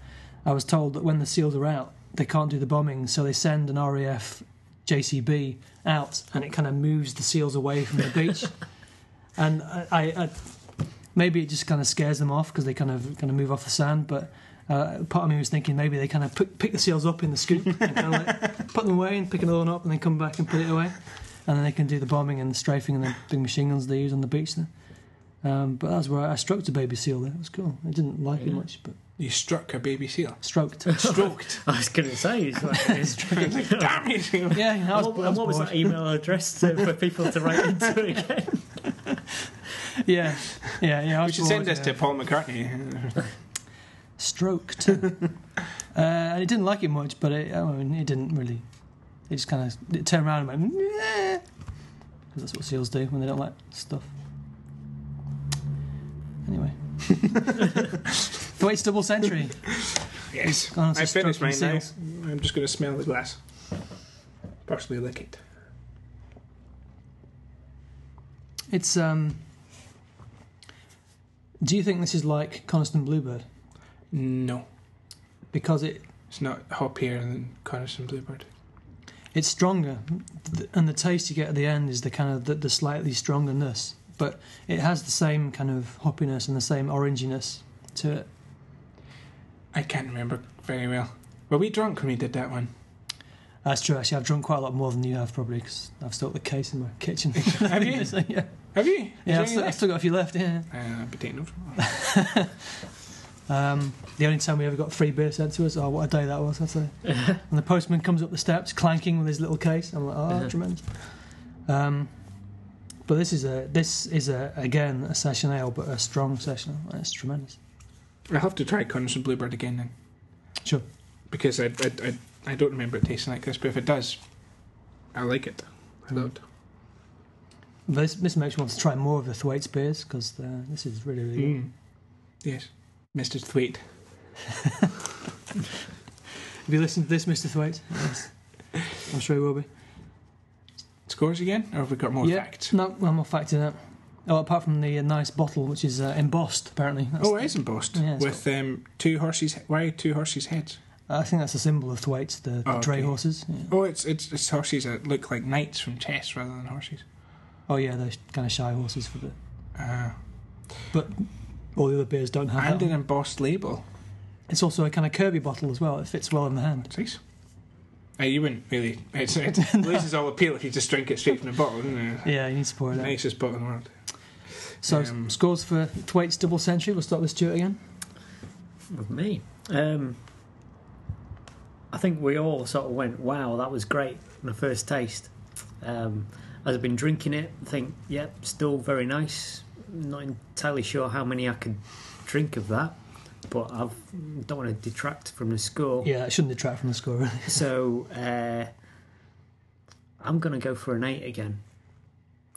[SPEAKER 1] I was told that when the seals are out, they can't do the bombing, so they send an RAF JCB out, and it kind of moves the seals away from the beach. and I, I, I maybe it just kind of scares them off because they kind of kind of move off the sand, but. Uh, part of me was thinking maybe they kind of pick, pick the seals up in the scoop and kind of like put them away and pick another one up and then come back and put it away and then they can do the bombing and the strafing and the big machine guns they use on the beach there. Um, but that's where I, I stroked a baby seal there. It was cool. I didn't like it much, but
[SPEAKER 2] You struck a baby (laughs) seal.
[SPEAKER 1] stroked.
[SPEAKER 2] Stroked.
[SPEAKER 5] I was going to say, it's like, it's
[SPEAKER 2] (laughs) Damn you, seal.
[SPEAKER 1] yeah, I was,
[SPEAKER 5] what,
[SPEAKER 1] I
[SPEAKER 5] and what was
[SPEAKER 1] bored.
[SPEAKER 5] that email address to, for people to write into again?
[SPEAKER 1] Yeah, yeah, yeah. I
[SPEAKER 2] We
[SPEAKER 1] was
[SPEAKER 2] should
[SPEAKER 1] bored,
[SPEAKER 2] send this
[SPEAKER 1] yeah.
[SPEAKER 2] to Paul McCartney. (laughs)
[SPEAKER 1] stroked. uh, I didn't like it much, but it, I mean, it didn't really. It just kind of it turned around and went. "Meh," 'cause that's what seals do when they don't like stuff.
[SPEAKER 2] (laughs)
[SPEAKER 1] Anyway, the wait's double century.
[SPEAKER 2] Yes.
[SPEAKER 1] Gone to
[SPEAKER 2] I finished mine
[SPEAKER 1] stroking
[SPEAKER 2] now.
[SPEAKER 1] seals.
[SPEAKER 2] I'm just going to smell the glass. Personally, lick it.
[SPEAKER 1] It's um. Do you think this is like Coniston Bluebird
[SPEAKER 2] No.
[SPEAKER 1] because it
[SPEAKER 2] It's not hoppier than Coniston Bluebird.
[SPEAKER 1] it's stronger, th- and the taste you get at the end is the kind of the, the slightly strongerness, but it has the same kind of hoppiness and the same oranginess to it.
[SPEAKER 2] I can't remember very well. Were we drunk when we did that one?
[SPEAKER 1] That's true. Actually, I've drunk quite a lot more than you have probably because I've still got the case in my kitchen.
[SPEAKER 2] (laughs) Have you?
[SPEAKER 1] So, (laughs) yeah,
[SPEAKER 2] Have you? Is
[SPEAKER 1] yeah
[SPEAKER 2] there
[SPEAKER 1] I've,
[SPEAKER 2] any
[SPEAKER 1] still, I've
[SPEAKER 2] left?
[SPEAKER 1] still got a few left. Yeah.
[SPEAKER 2] Uh, potato.
[SPEAKER 1] (laughs) Um, the only time we ever got free beer sent to us, oh, what a day that was, I'd say. and the postman comes up the steps clanking with his little case. I'm like, oh, tremendous. Um, but this is a this is a again a session ale, but a strong session ale. It's tremendous.
[SPEAKER 2] I'll have to try Coniston Bluebird again then.
[SPEAKER 1] Sure.
[SPEAKER 2] Because I, I, I, I don't remember it tasting like this, but if it does, I like it. I
[SPEAKER 1] Hmm.
[SPEAKER 2] love it.
[SPEAKER 1] This this makes me want to try more of the Thwaites beers because this is really really good.
[SPEAKER 2] Mm. Yes. Mr. Thwaite.
[SPEAKER 1] Have you listened to this, Mister Thwaites? Yes. I'm sure he will be.
[SPEAKER 2] Scores again? Or have we got more facts?
[SPEAKER 1] No, I'm not facting that. Oh, apart from the uh, nice bottle which is uh, embossed apparently. That's-
[SPEAKER 2] Oh, it is embossed.
[SPEAKER 1] Yeah, it's
[SPEAKER 2] with um, two horses. Why two horses' heads?
[SPEAKER 1] Uh, I think that's a symbol of Thwaites, the, the
[SPEAKER 2] Oh,
[SPEAKER 1] dray
[SPEAKER 2] okay.
[SPEAKER 1] horses. Yeah.
[SPEAKER 2] Oh, it's, it's it's horses that look like knights from chess rather than horses.
[SPEAKER 1] Oh yeah, they're kind of shy horses for the.
[SPEAKER 2] Uh,
[SPEAKER 1] But all the other beers don't have
[SPEAKER 2] and
[SPEAKER 1] that.
[SPEAKER 2] an embossed label.
[SPEAKER 1] It's also a kind of Kirby bottle as well. It fits well in the hand.
[SPEAKER 2] Nice. Uh, you wouldn't really.
[SPEAKER 1] (laughs)
[SPEAKER 2] It's, it loses all appeal if you just drink it straight from the bottle, doesn't it?
[SPEAKER 1] Yeah, you need to pour it out.
[SPEAKER 2] Nicest bottle in the world.
[SPEAKER 1] So
[SPEAKER 2] Um,
[SPEAKER 1] scores for Thwaites double century. We'll start with Stuart again.
[SPEAKER 5] With me. Um, I think we all sort of went, wow, that was great on the first taste. Um, as I've been drinking it, I think, yep, still very nice. Not entirely sure how many I could drink of that, but I don't want to detract from the score.
[SPEAKER 1] Yeah, it shouldn't detract from the score. Really.
[SPEAKER 5] So uh, I'm going to go for an eight again.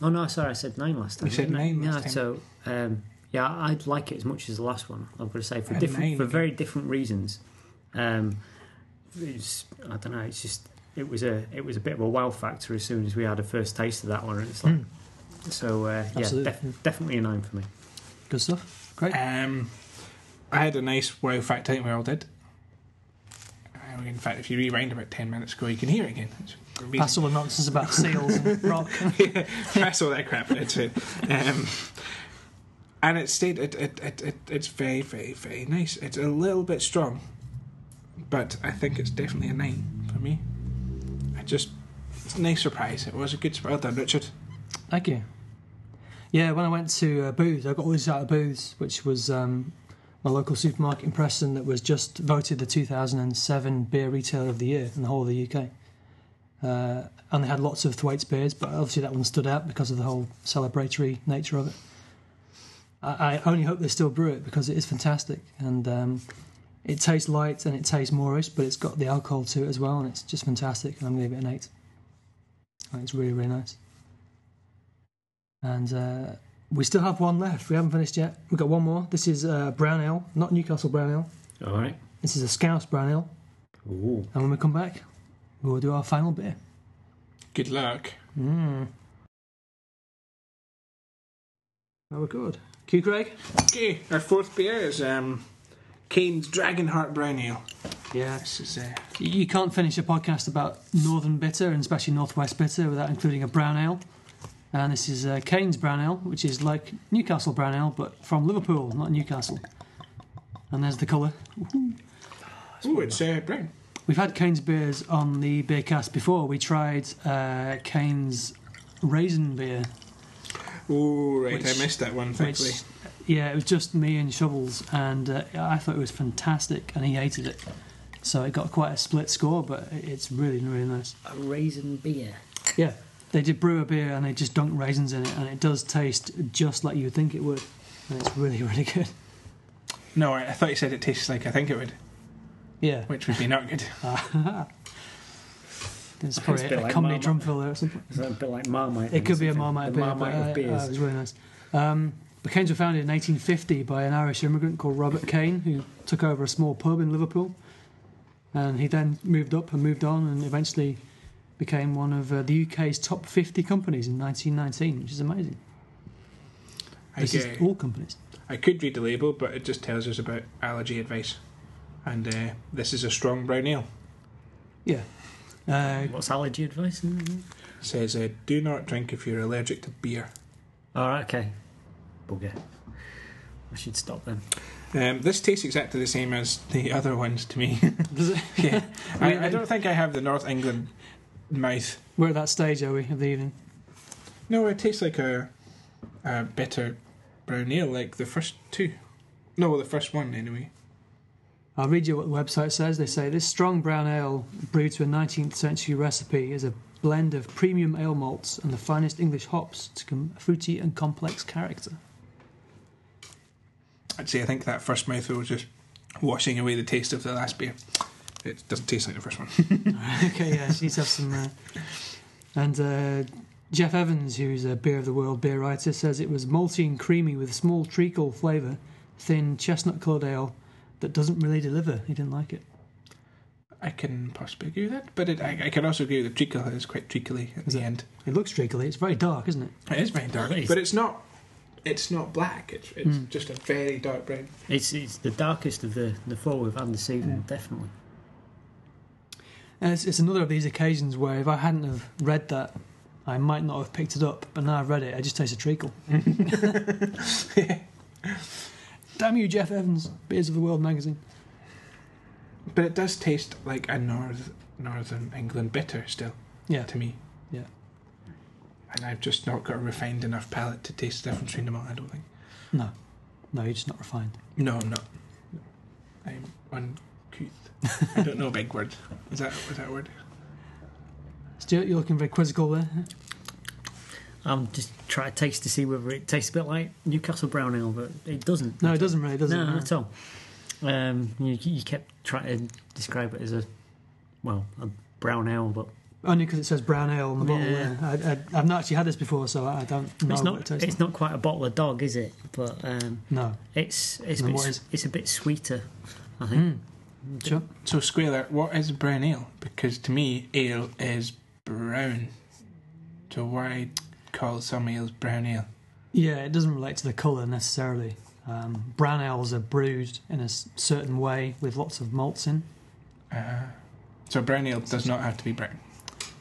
[SPEAKER 5] Oh no, sorry, I said nine last time.
[SPEAKER 2] You said
[SPEAKER 5] didn't I?
[SPEAKER 2] nine last
[SPEAKER 5] yeah,
[SPEAKER 2] time.
[SPEAKER 5] so um, yeah, I'd like it as much as the last one. I'm going to say for
[SPEAKER 2] A nine
[SPEAKER 5] different, for
[SPEAKER 2] again.
[SPEAKER 5] very different reasons. Um, it's, I don't know. It's just it was a it was a bit of a wow factor as soon as we had a first taste of that one. And it's like so uh, yeah,
[SPEAKER 1] Hmm. Absolutely.
[SPEAKER 5] def- definitely a nine for me.
[SPEAKER 1] Good stuff. Great.
[SPEAKER 2] Um, I had a nice wow fact. I think we all did. Uh, In fact, if you rewind about ten minutes ago, you can hear it again. It's amazing.
[SPEAKER 1] Pass all the nonsense about seals and (laughs) rock.
[SPEAKER 2] (laughs) yeah, that's all that crap. It's it. Um, and it stayed. It, it, it, it it's very very very nice. It's a little bit strong, but I think it's definitely a nine for me. I just it's a nice surprise. It was a good surprise. Well done, Richard.
[SPEAKER 1] Thank you. Yeah, when I went to uh, Booths, I got all this out of Booths, which was um, my local supermarket in Preston that was just voted the 2007 Beer Retailer of the Year in the whole of the UK. Uh, and they had lots of Thwaites beers, but obviously that one stood out because of the whole celebratory nature of it. I, I only hope they still brew it because it is fantastic. And um, it tastes light and it tastes moorish, but it's got the alcohol to it as well, and it's just fantastic. And I'm going to give it an 8. I think It's really, really nice. and uh, we still have one left. We haven't finished yet. We've got one more. This is uh, brown ale, not Newcastle brown ale.
[SPEAKER 5] All right.
[SPEAKER 1] This is a Scouse brown ale.
[SPEAKER 5] Ooh.
[SPEAKER 1] And when we come back, we'll do our final beer.
[SPEAKER 2] Good luck.
[SPEAKER 1] Mm. Now we're good. Q Craig?
[SPEAKER 2] Okay, our fourth beer is um, Kane's Dragonheart Brown Ale.
[SPEAKER 1] Yeah.
[SPEAKER 2] This is uh,
[SPEAKER 1] You can't finish a podcast about Northern Bitter and especially Northwest Bitter without including a brown ale. And this is uh, Kane's Brown Ale, which is like Newcastle Brown Ale, but from Liverpool, not Newcastle. And there's the colour.
[SPEAKER 2] oh, it's uh, brown.
[SPEAKER 1] We've had Kane's beers on the beer cast before. We tried uh, Kane's Raisin beer,
[SPEAKER 2] Oh, right,
[SPEAKER 1] Which-
[SPEAKER 2] I missed that one. Thankfully,
[SPEAKER 1] which, yeah, it was just me and Shovels, and uh, I thought it was fantastic, and he hated it. So it got quite a split score, but it's really, really nice.
[SPEAKER 3] A raisin beer.
[SPEAKER 1] Yeah, they did brew a beer and they just dunk raisins in it, and it does taste just like you would think it would, and it's really, really good.
[SPEAKER 2] no, I, I thought you said it tastes like I think it would,
[SPEAKER 1] Yeah,
[SPEAKER 2] which would be not good.
[SPEAKER 1] it's probably
[SPEAKER 5] bit
[SPEAKER 1] a
[SPEAKER 5] like
[SPEAKER 1] comedy
[SPEAKER 5] Marmite.
[SPEAKER 1] drum filler or something.
[SPEAKER 5] Is that a bit like Marmite?
[SPEAKER 1] It could be a
[SPEAKER 5] Something-
[SPEAKER 1] Marmite
[SPEAKER 5] the
[SPEAKER 1] beer. but,
[SPEAKER 5] Marmite
[SPEAKER 1] uh,
[SPEAKER 5] of beers.
[SPEAKER 1] uh, it was really nice. Um, but Canes were founded in 1850 by an Irish immigrant called Robert Kane, who took over a small pub in Liverpool. And he then moved up and moved on and eventually became one of uh, the UK's top 50 companies in 1919, which is amazing.
[SPEAKER 2] (laughs) I,
[SPEAKER 1] This
[SPEAKER 2] uh,
[SPEAKER 1] is all companies.
[SPEAKER 2] I could read the label, but it just tells us about allergy advice. And uh, this is a strong brown ale.
[SPEAKER 1] Yeah. Uh,
[SPEAKER 5] What's allergy advice?
[SPEAKER 2] It says, uh, "Do not drink if you're allergic to beer."
[SPEAKER 5] All right. Okay. Bugger. I should stop then.
[SPEAKER 2] Um, this tastes exactly the same as the other ones to me. (laughs)
[SPEAKER 1] does it-
[SPEAKER 2] yeah,
[SPEAKER 1] Really?
[SPEAKER 2] I, I don't think I have the North England mouth.
[SPEAKER 1] We're at that stage, are we, of the evening?
[SPEAKER 2] No, it tastes like a, a bitter brown ale, like the first two. No, well, the first one anyway.
[SPEAKER 1] I'll read you what the website says. They say this strong brown ale, brewed to a 19th century recipe, is a blend of premium ale malts and the finest English hops to come fruity and complex character. (laughs)
[SPEAKER 2] Actually, I think that first mouthful was just washing away the taste of the last beer. It doesn't taste like the first one. (laughs)
[SPEAKER 1] okay, yeah, she needs to have some. Uh, and uh, Jeff Evans, who's a Beer of the World beer writer, says it was malty and creamy with a small treacle flavour, thin chestnut coloured ale that doesn't really deliver. He didn't like it.
[SPEAKER 2] I can possibly agree with that, but it, I, I can also agree with the treacle is quite treacly at
[SPEAKER 1] Is
[SPEAKER 2] the
[SPEAKER 1] it?
[SPEAKER 2] end.
[SPEAKER 1] It looks treacly. It's very dark, isn't it?
[SPEAKER 2] It is very dark,
[SPEAKER 5] Nice.
[SPEAKER 2] but it's not. It's not black. It's, it's
[SPEAKER 1] Mm.
[SPEAKER 2] just a very
[SPEAKER 1] (laughs)
[SPEAKER 2] dark brown.
[SPEAKER 5] It's it's the darkest of the the four we've had this
[SPEAKER 1] Mm.
[SPEAKER 5] evening, definitely.
[SPEAKER 1] And it's, it's another of these occasions where if I hadn't have read that, I might not have picked it up. But now I've read it, I just taste a treacle. Damn you, Jeff Evans, Beers of the World magazine.
[SPEAKER 2] But it does taste like a north northern England bitter still
[SPEAKER 1] Yeah,
[SPEAKER 2] to me.
[SPEAKER 1] Yeah.
[SPEAKER 2] And I've just not got a refined enough palate to taste the difference between them all. I don't think.
[SPEAKER 1] no, no, you're just not refined.
[SPEAKER 2] No, I'm not. I'm uncouth. I don't know a big word. Is that was that a word?
[SPEAKER 1] Stuart, you're looking very quizzical there.
[SPEAKER 5] I'm just try to taste to see whether it tastes a bit like Newcastle brown ale, but it doesn't.
[SPEAKER 1] No, it doesn't really, does it?
[SPEAKER 5] No, not at all. Um, you, you kept trying to describe it as a well a brown ale, but
[SPEAKER 1] Only because it says brown ale on the bottle.
[SPEAKER 5] Yeah.
[SPEAKER 1] Yeah. I, I, I've not actually had this before, so I I don't know
[SPEAKER 5] it's
[SPEAKER 1] what it
[SPEAKER 5] not
[SPEAKER 1] tastes
[SPEAKER 5] it's not quite a bottle of dog, is it? But um,
[SPEAKER 1] like. No.
[SPEAKER 5] it's it's a
[SPEAKER 1] Then
[SPEAKER 5] bit,
[SPEAKER 1] what
[SPEAKER 5] s-
[SPEAKER 1] is-
[SPEAKER 5] it's a bit sweeter. I think
[SPEAKER 1] Mm. Sure.
[SPEAKER 2] So Squaler, what is brown ale? Because to me, ale is brown. So why call some ales brown ale?
[SPEAKER 1] Yeah, it doesn't relate to the colour necessarily. Um, brown ales are brewed in a s- certain way with lots of malts in.
[SPEAKER 2] Uh, so brown ale does not have to be brown.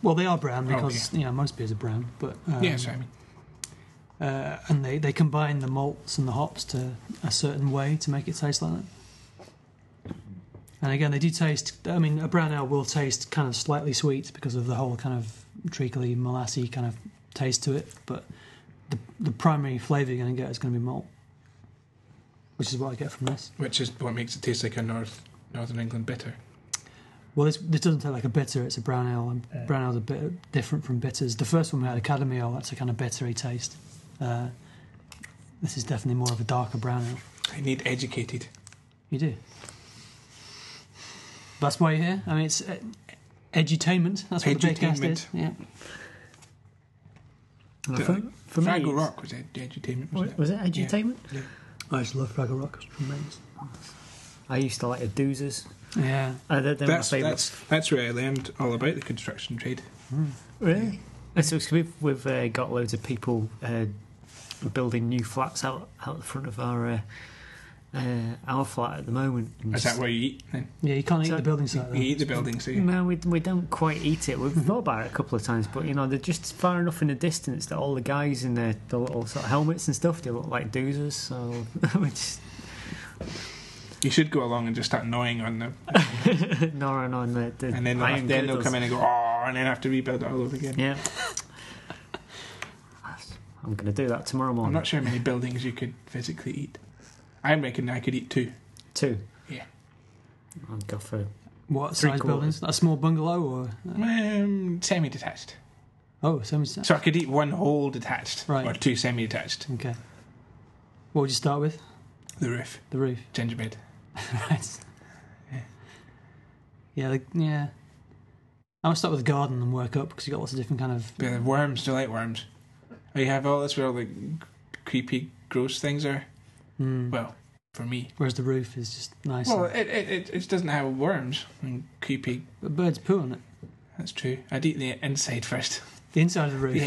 [SPEAKER 1] Well, they are brown
[SPEAKER 5] Oh,
[SPEAKER 1] because you know most beers are brown, but um,
[SPEAKER 2] yeah, so I mean,
[SPEAKER 1] uh, and they, they combine the malts and the hops to a certain way to make it taste like that. And again, they do taste. I mean, a brown ale will taste kind of slightly sweet because of the whole kind of treacly, molassy kind of taste to it. But the the primary flavour you're going to get is going to be malt, which is what I get from this.
[SPEAKER 2] which is what makes it taste like a north northern England bitter.
[SPEAKER 1] Well, this this doesn't taste like a bitter. It's a brown ale, and brown ales are a bit different from bitters. The first one we had, Academy Ale, that's a kind of bittery taste. Uh, this is definitely more of a darker brown ale.
[SPEAKER 2] I need educated.
[SPEAKER 1] You do. That's why you're here. I mean, it's uh, edutainment. That's what the podcast is.
[SPEAKER 2] Edutainment.
[SPEAKER 1] Yeah.
[SPEAKER 4] And I think for me,
[SPEAKER 2] Fraggle
[SPEAKER 4] it's-
[SPEAKER 2] Rock was ed- edutainment, wasn't it?
[SPEAKER 4] Was it edutainment?
[SPEAKER 1] I just love Fraggle Rock. It's tremendous.
[SPEAKER 4] I used to like the doozers.
[SPEAKER 1] Yeah.
[SPEAKER 4] Uh, they're, they're my
[SPEAKER 2] That's,
[SPEAKER 4] favourite.
[SPEAKER 2] that's, that's where I learned all about the construction trade.
[SPEAKER 4] Really? So it's, we've, we've uh, got loads of people uh, building new flats out out the front of our uh, uh, our flat at the moment. and
[SPEAKER 2] Is
[SPEAKER 4] just-
[SPEAKER 2] that where you eat? Then?
[SPEAKER 1] Yeah, you can't eat
[SPEAKER 4] So-
[SPEAKER 1] the building
[SPEAKER 4] Uh,
[SPEAKER 1] site
[SPEAKER 2] You
[SPEAKER 1] though.
[SPEAKER 2] eat the building, so you-
[SPEAKER 4] No, we, we don't quite eat it. We've thought about it a couple of times, but you know they're just far enough in the distance that all the guys in their the little sort of helmets and stuff they look like doozers. So (laughs) we just
[SPEAKER 2] you should go along and just start gnawing on them.
[SPEAKER 4] gnawing on the, the
[SPEAKER 2] And then they'll,
[SPEAKER 4] iron
[SPEAKER 2] then they'll
[SPEAKER 4] girdles.
[SPEAKER 2] come in and go, oh, and then have to rebuild it all over again.
[SPEAKER 4] Yeah. I'm going to do that tomorrow
[SPEAKER 2] I'm
[SPEAKER 4] morning.
[SPEAKER 2] not sure how many buildings you could physically eat. I reckon I could eat two.
[SPEAKER 4] Two.
[SPEAKER 2] Yeah.
[SPEAKER 4] I'll go for
[SPEAKER 1] What
[SPEAKER 4] Three
[SPEAKER 1] size
[SPEAKER 4] quarters.
[SPEAKER 1] buildings? A small bungalow or uh,
[SPEAKER 2] Um, semi detached.
[SPEAKER 1] oh, semi detached.
[SPEAKER 2] So I could eat one whole detached
[SPEAKER 1] Right.
[SPEAKER 2] or two semi detached.
[SPEAKER 1] Okay. What would you start with?
[SPEAKER 2] The roof,
[SPEAKER 1] The roof. (laughs)
[SPEAKER 2] gingerbread.
[SPEAKER 1] right. Yeah. Like, yeah. I'm gonna start with the garden and work up because you got lots of different kind of.
[SPEAKER 2] But the worms, do you like worms? Oh, you have all this where all the creepy, gross things are?
[SPEAKER 1] Mm,
[SPEAKER 2] Well, for me.
[SPEAKER 1] whereas the roof is just nice.
[SPEAKER 2] Well,
[SPEAKER 1] and-
[SPEAKER 2] it, it, it, it doesn't have worms and creepy.
[SPEAKER 1] but birds poo on it.
[SPEAKER 2] That's true. I'd eat the inside first. (laughs)
[SPEAKER 1] The inside of the roof.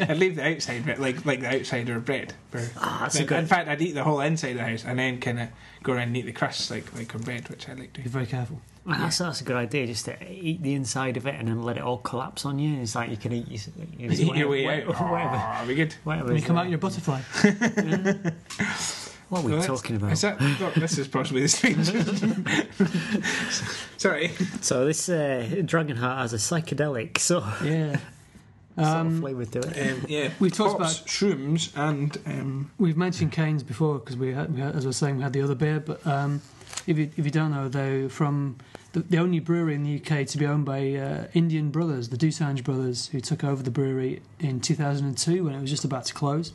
[SPEAKER 2] I'd leave the outside bit, like like the outside or bread. For,
[SPEAKER 4] ah, that's a
[SPEAKER 2] in,
[SPEAKER 4] good.
[SPEAKER 2] fact, I'd eat the whole inside of the house and then kind of go around and eat the crusts like like on bread, which I like to.
[SPEAKER 1] Be very careful.
[SPEAKER 4] That's, that's a good idea. Just to eat the inside of it and then let it all collapse on you. And it's like you can eat your,
[SPEAKER 2] (laughs)
[SPEAKER 4] your,
[SPEAKER 2] Eat your way
[SPEAKER 4] whatever,
[SPEAKER 2] out. (laughs)
[SPEAKER 4] Whatever.
[SPEAKER 2] Ah, we good.
[SPEAKER 4] whatever
[SPEAKER 1] When you
[SPEAKER 4] is
[SPEAKER 1] come out,
[SPEAKER 4] there.
[SPEAKER 1] you're a butterfly.
[SPEAKER 4] What are we
[SPEAKER 2] Well, that's-
[SPEAKER 4] talking about?
[SPEAKER 2] Is that? Look, this is possibly the (laughs) strangest. Sorry.
[SPEAKER 4] So this uh, Dragonheart has a psychedelic (laughs) sort of,
[SPEAKER 1] yeah.
[SPEAKER 4] sort of
[SPEAKER 1] Um,
[SPEAKER 4] flavour to it.
[SPEAKER 2] Um, (laughs) yeah,
[SPEAKER 1] We've talked
[SPEAKER 2] Hops, shrooms and um,
[SPEAKER 1] We've mentioned Canes before because we, had, we had, as I was saying, we had the other beer. But um, if you if you don't know, though, from the, the only brewery in the UK to be owned by uh, Indian brothers, the Dusange brothers, who took over the brewery in 2002 when it was just about to close.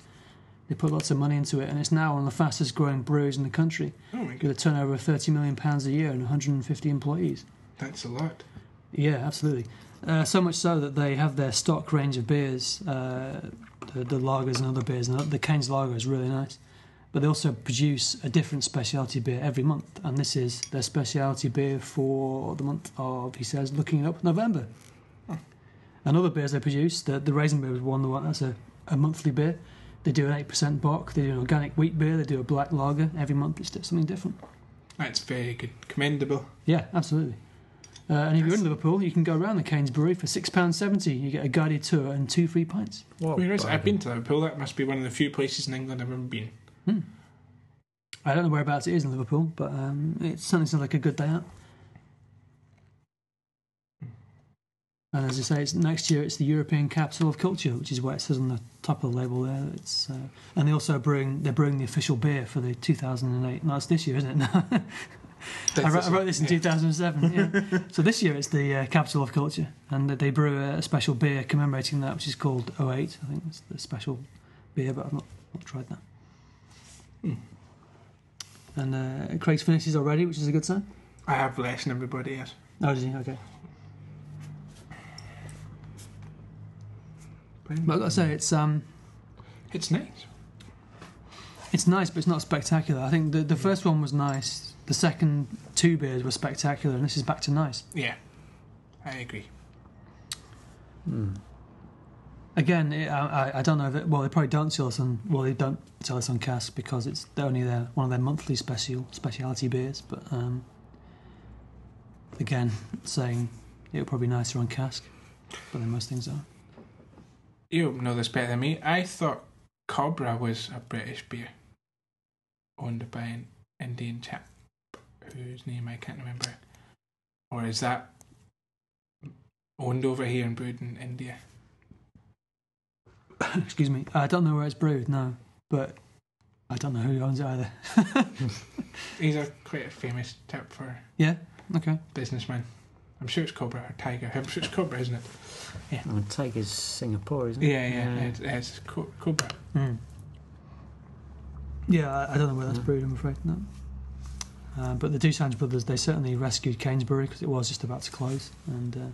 [SPEAKER 1] They put lots of money into it, and it's now one of the fastest growing breweries in the country
[SPEAKER 2] oh my god,
[SPEAKER 1] with a turnover of 30 million pounds a year and 150 employees.
[SPEAKER 2] that's a lot.
[SPEAKER 1] Yeah, absolutely. Uh, so much so that they have their stock range of beers, uh, the, the lagers and other beers, and the Cane's lager is really nice. But they also produce a different specialty beer every month, and this is their specialty beer for the month of, he says, looking it up, November. And other beers they produce, the, the Raisin Beer was one, the one that's a, a monthly beer. They do an 8% bock, they do an organic wheat beer, they do a black lager. Every month it's something different.
[SPEAKER 2] That's very good, commendable.
[SPEAKER 1] Yeah, absolutely. Uh, and if you're in Liverpool, you can go around the Canes Brewery for six pounds seventy. You get a guided tour and two free pints.
[SPEAKER 4] What
[SPEAKER 2] Where is it? I've
[SPEAKER 4] bargain.
[SPEAKER 2] been to Liverpool. That must be one of the few places in England I've ever been.
[SPEAKER 1] I don't know whereabouts it is in Liverpool, but um, it certainly sounds like a good day out. And as I say, it's, next year it's the European Capital of Culture, which is why it says on the top of the label there. It's uh, and they also bring they're brewing the official beer for the 2008. No, it's this year, isn't it? (laughs) No. I, wrote, I wrote this in
[SPEAKER 2] Yeah.
[SPEAKER 1] 2007. Yeah. so this year it's the uh, capital of culture, and they brew a, a special beer commemorating that, which is called 08. I think it's the special beer, but I've not, not tried that. And uh, Craig's finishes already, which is a good sign.
[SPEAKER 2] I have less than everybody else.
[SPEAKER 1] Oh, did he? Okay. But I've got to say, it's um,
[SPEAKER 2] It's nice.
[SPEAKER 1] it's nice, but it's not spectacular. I think the the first one was nice. The second two beers were spectacular, and this is back to nice.
[SPEAKER 2] Yeah, I agree.
[SPEAKER 4] Hmm.
[SPEAKER 1] Again, it, I, I- I don't know. That, well, they probably don't sell us on. Well, they don't sell us on cask because it's only their one of their monthly special specialty beers. But um, again, saying it would probably be nicer on cask, but then most things are. (coughs)
[SPEAKER 2] You know this better than me. I thought Cobra was a British beer owned by an Indian chap whose name I can't remember. Or is that owned over here and brewed in India?
[SPEAKER 1] Excuse me. I don't know where it's brewed. No, but I don't know who owns it either. (laughs)
[SPEAKER 2] He's a quite a famous chap for
[SPEAKER 1] Yeah. Okay.
[SPEAKER 2] businessman. I'm sure it's Cobra or Tiger. I'm sure it's Cobra, isn't it?
[SPEAKER 4] Oh, Tiger's Singapore, isn't it?
[SPEAKER 2] Yeah, yeah, it's, it's co- Cobra.
[SPEAKER 1] Mm. Yeah, I, I don't know where that's brewed, I'm afraid. No. Uh, but the Dusange brothers, they certainly rescued Canesbury because it was just about to close. And uh,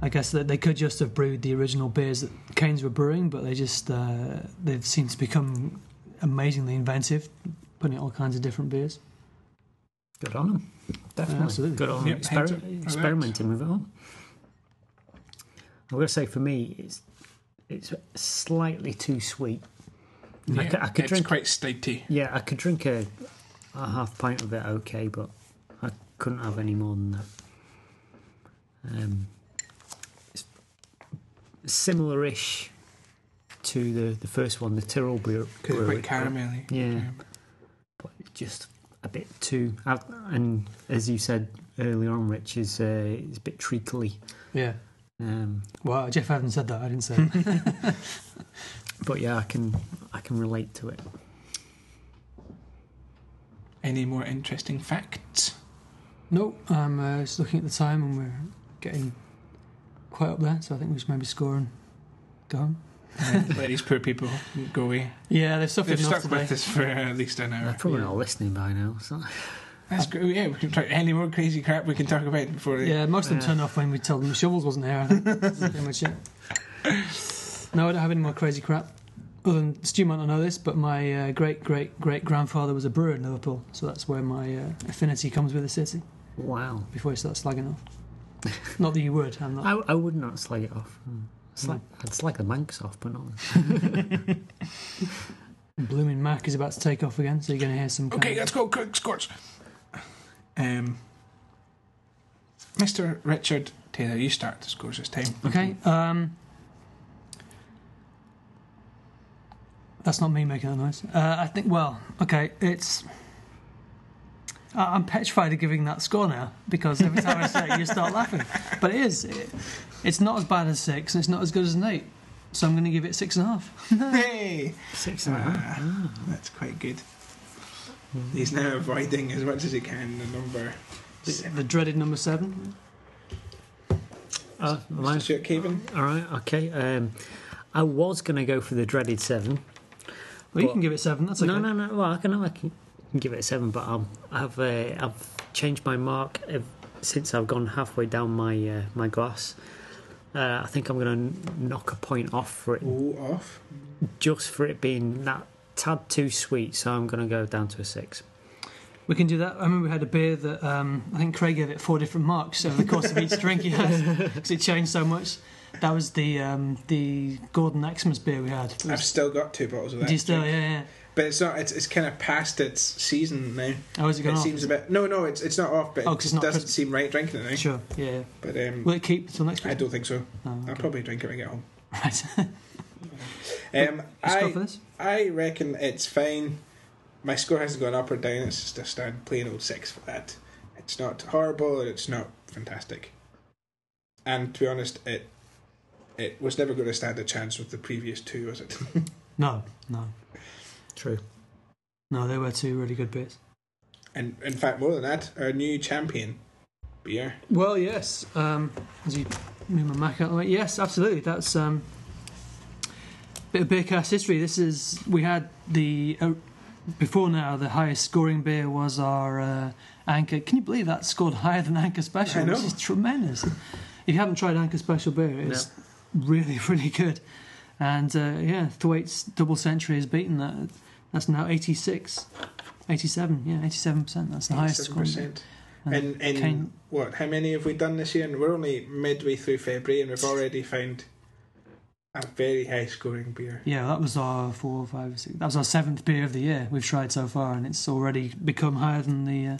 [SPEAKER 1] I guess that they could just have brewed the original beers that Canes were brewing, but they just uh, they've seemed to become amazingly inventive, putting out all kinds of different beers.
[SPEAKER 4] Good on them. Definitely.
[SPEAKER 1] absolutely.
[SPEAKER 4] Good on
[SPEAKER 2] Yep,
[SPEAKER 4] them. Exper-
[SPEAKER 2] hands up. Relax.
[SPEAKER 4] experimenting with it on. I've got to say, for me, it's it's slightly too sweet. I could, I could
[SPEAKER 2] it's
[SPEAKER 4] drink.
[SPEAKER 2] quite statey.
[SPEAKER 4] yeah, I could drink a, a half pint of it okay, but I couldn't have any more than that. Um, it's similar-ish to the, the first one, the Tyrrell Brew.
[SPEAKER 2] Because it's
[SPEAKER 4] Brewery.
[SPEAKER 2] quite Um, caramelly.
[SPEAKER 4] Yeah. But it's just a bit too. I've- And as you said earlier on, Rich, is uh, it's a bit treacly.
[SPEAKER 1] Yeah.
[SPEAKER 4] Um,
[SPEAKER 1] Well, Jeff Evans said that. I didn't say. (laughs) it.
[SPEAKER 4] but yeah, I can I can relate to it.
[SPEAKER 2] Any more interesting
[SPEAKER 4] (laughs)
[SPEAKER 2] facts?
[SPEAKER 1] no, I'm uh, just looking at the time, and we're getting quite up there. So I think we should maybe score and go home.
[SPEAKER 2] Uh, Let these poor people go away.
[SPEAKER 1] Yeah, they've suffered
[SPEAKER 2] They've
[SPEAKER 1] enough
[SPEAKER 2] stuck
[SPEAKER 1] today.
[SPEAKER 2] with us for at least an
[SPEAKER 4] They're
[SPEAKER 2] hour.
[SPEAKER 4] probably not listening by now. So. (laughs)
[SPEAKER 2] That's great. Yeah, we can talk any more crazy crap we can talk about before they.
[SPEAKER 1] Yeah, most of them
[SPEAKER 4] Yeah.
[SPEAKER 1] turned off when we told them the shovels wasn't here. I
[SPEAKER 2] (laughs)
[SPEAKER 1] think that's pretty much it. No, I don't have any more crazy crap. Other than Stu might not know this, but my uh, great great great grandfather was a brewer in Liverpool, so that's where my uh, affinity comes with the city.
[SPEAKER 4] Wow,
[SPEAKER 1] Before you start slagging
[SPEAKER 2] (laughs)
[SPEAKER 1] off, not that you would. I'm not.
[SPEAKER 4] I, I would not slag it off. Mm. It's like it's like the Manx off, but not.
[SPEAKER 1] Blooming Mac is about to take off again, so you're going to hear some. Kind
[SPEAKER 2] Okay,
[SPEAKER 1] of-
[SPEAKER 2] let's go. Quick scores. Um, Mr. Richard Taylor, you start the scores this
[SPEAKER 4] (laughs)
[SPEAKER 2] time.
[SPEAKER 1] Okay. Um, that's not me making that noise. Uh, I think. Well, okay. It's. I- I'm petrified of giving that score now because every time I say it, you start laughing. But it is. It, it's not as bad as six, and it's not as good as an eight. So I'm going to give it six and a half.
[SPEAKER 2] Hey,
[SPEAKER 4] Six and a half.
[SPEAKER 2] that's quite good. He's now avoiding as much as he can the number.
[SPEAKER 1] The, the dreaded number seven.
[SPEAKER 4] Uh, am I-
[SPEAKER 2] Mr. Stuart Caven.
[SPEAKER 4] all right, okay. Um, I was going to go for the dreaded seven.
[SPEAKER 1] Well, you
[SPEAKER 4] But-
[SPEAKER 1] can give it seven. That's okay.
[SPEAKER 4] No, no, no. Well, I can, I can give it a seven, but I'll, I've uh, I've changed my mark ev- since I've gone halfway down my uh, my glass. Uh, I think I'm going to knock a point off for it,
[SPEAKER 2] Oh, off.
[SPEAKER 4] just for it being that tad too sweet. So I'm going to go down to a six.
[SPEAKER 1] We can do that. I remember we had a beer that um, I think Craig gave it four different marks over the course of each drink he had because it changed so much. That was the um, the Gordon Xmas beer we had. It
[SPEAKER 2] I've
[SPEAKER 1] was-
[SPEAKER 2] still got two bottles of that.
[SPEAKER 1] Do you still?
[SPEAKER 2] drink.
[SPEAKER 1] Yeah, yeah.
[SPEAKER 2] But it's not. It's, it's kind of past its season now.
[SPEAKER 1] How is it
[SPEAKER 2] it
[SPEAKER 1] going?
[SPEAKER 2] seems a bit. No, no. It's it's not off. But
[SPEAKER 1] Oh,
[SPEAKER 2] it
[SPEAKER 1] 'cause it's not
[SPEAKER 2] doesn't
[SPEAKER 1] Christ-
[SPEAKER 2] seem right drinking it now.
[SPEAKER 1] Sure. Yeah. yeah.
[SPEAKER 2] But um,
[SPEAKER 1] Will it keep until next
[SPEAKER 2] I
[SPEAKER 1] week?
[SPEAKER 2] don't think so.
[SPEAKER 1] Oh,
[SPEAKER 2] I'll
[SPEAKER 1] okay.
[SPEAKER 2] probably drink it when I get home.
[SPEAKER 1] Right. (laughs)
[SPEAKER 2] Um,
[SPEAKER 1] Let's go for
[SPEAKER 2] I
[SPEAKER 1] this.
[SPEAKER 2] I reckon it's fine. My score hasn't gone up or down. It's just a stand plain old six for that. It's not horrible and it's not fantastic. And to be honest, it it was never going to stand a chance with the previous two, was it?
[SPEAKER 1] No, no,
[SPEAKER 4] True.
[SPEAKER 1] no. They were two really good beers.
[SPEAKER 2] and in fact, more than that, our new champion beer.
[SPEAKER 1] Well, yes. Um, as you move my Mac out of the way, yes, absolutely. That's um, bit of beer cast history. This is we had the uh, before now the highest scoring beer was our uh, Anchor. Can you believe that scored higher than Anchor Special?
[SPEAKER 2] I know.
[SPEAKER 1] Which is tremendous. if you haven't tried Anchor Special beer, it's really (laughs) really good. And uh, yeah, Thwaite's double century has beaten that. That's now 86, 87, yeah, 87%. That's the highest
[SPEAKER 2] Seven
[SPEAKER 1] scoring. beer.
[SPEAKER 2] percent. And and
[SPEAKER 1] Kane-
[SPEAKER 2] what? How many have we done this year? And we're only midway through February, and we've already found a very high scoring beer.
[SPEAKER 1] Yeah, that was our four, five, six. That was our seventh beer of the year we've tried so far, and it's already become higher than the, uh,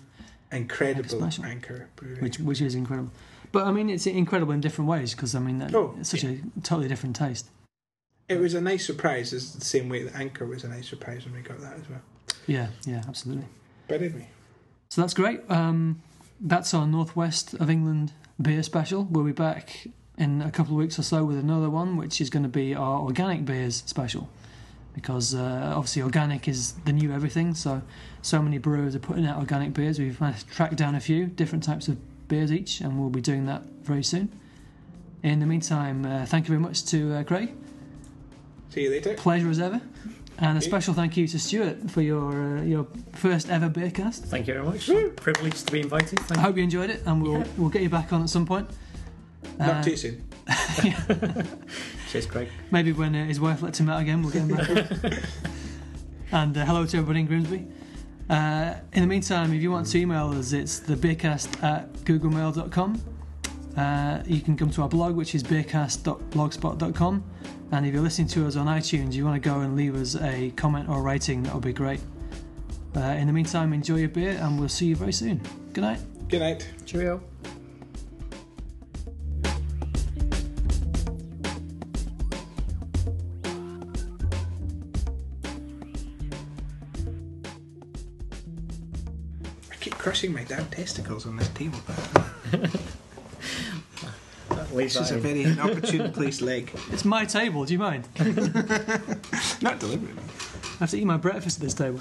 [SPEAKER 2] Incredible
[SPEAKER 1] Special.
[SPEAKER 2] anchor brewery.
[SPEAKER 1] which which is incredible. But I mean, it's incredible in different ways because I mean, that,
[SPEAKER 2] Oh,
[SPEAKER 1] it's such a totally different taste.
[SPEAKER 2] It was a nice surprise, it's the same way that Anchor was a nice surprise when we got that as well.
[SPEAKER 1] Yeah, yeah, absolutely.
[SPEAKER 2] But anyway,
[SPEAKER 1] So that's great. Um, that's our northwest of England beer special. We'll be back in a couple of weeks or so with another one, which is going to be our organic beers special, because uh, obviously organic is the new everything. So so many brewers are putting out organic beers. We've managed to track down a few different types of beers each, and we'll be doing that very soon. In the meantime, uh, thank you very much to uh, Craig.
[SPEAKER 2] see you later.
[SPEAKER 1] Pleasure as ever. And a
[SPEAKER 2] Okay.
[SPEAKER 1] special thank you to Stuart for your uh, your first ever beer cast.
[SPEAKER 5] Thank you very much. Privileged to be invited. Thank
[SPEAKER 1] I hope you enjoyed it, and we'll
[SPEAKER 5] Yeah.
[SPEAKER 1] we'll get you back on at some point.
[SPEAKER 2] Not
[SPEAKER 1] Uh,
[SPEAKER 2] too soon.
[SPEAKER 5] Cheers, Craig.
[SPEAKER 1] Maybe when uh, his wife lets him out again, we'll get him back. (laughs) on. and uh, hello to everybody in Grimsby. Uh, in the meantime, if you want to email us, it's thebeercast at googlemail.com. Uh, you can come to our blog, which is beercast.blogspot.com. And if you're listening to us on iTunes, you want to go and leave us a comment or rating, that would be great. Uh, in the meantime, enjoy your beer, and we'll see you very soon. Good night.
[SPEAKER 2] Good night.
[SPEAKER 5] Cheerio.
[SPEAKER 2] I keep crushing my damn testicles on this table.
[SPEAKER 5] Leave
[SPEAKER 2] This is
[SPEAKER 5] that
[SPEAKER 2] a
[SPEAKER 5] in.
[SPEAKER 2] very inopportune place leg.
[SPEAKER 1] It's my table. Do you mind?
[SPEAKER 2] (laughs) Not deliberately.
[SPEAKER 1] I have to eat my breakfast at this table.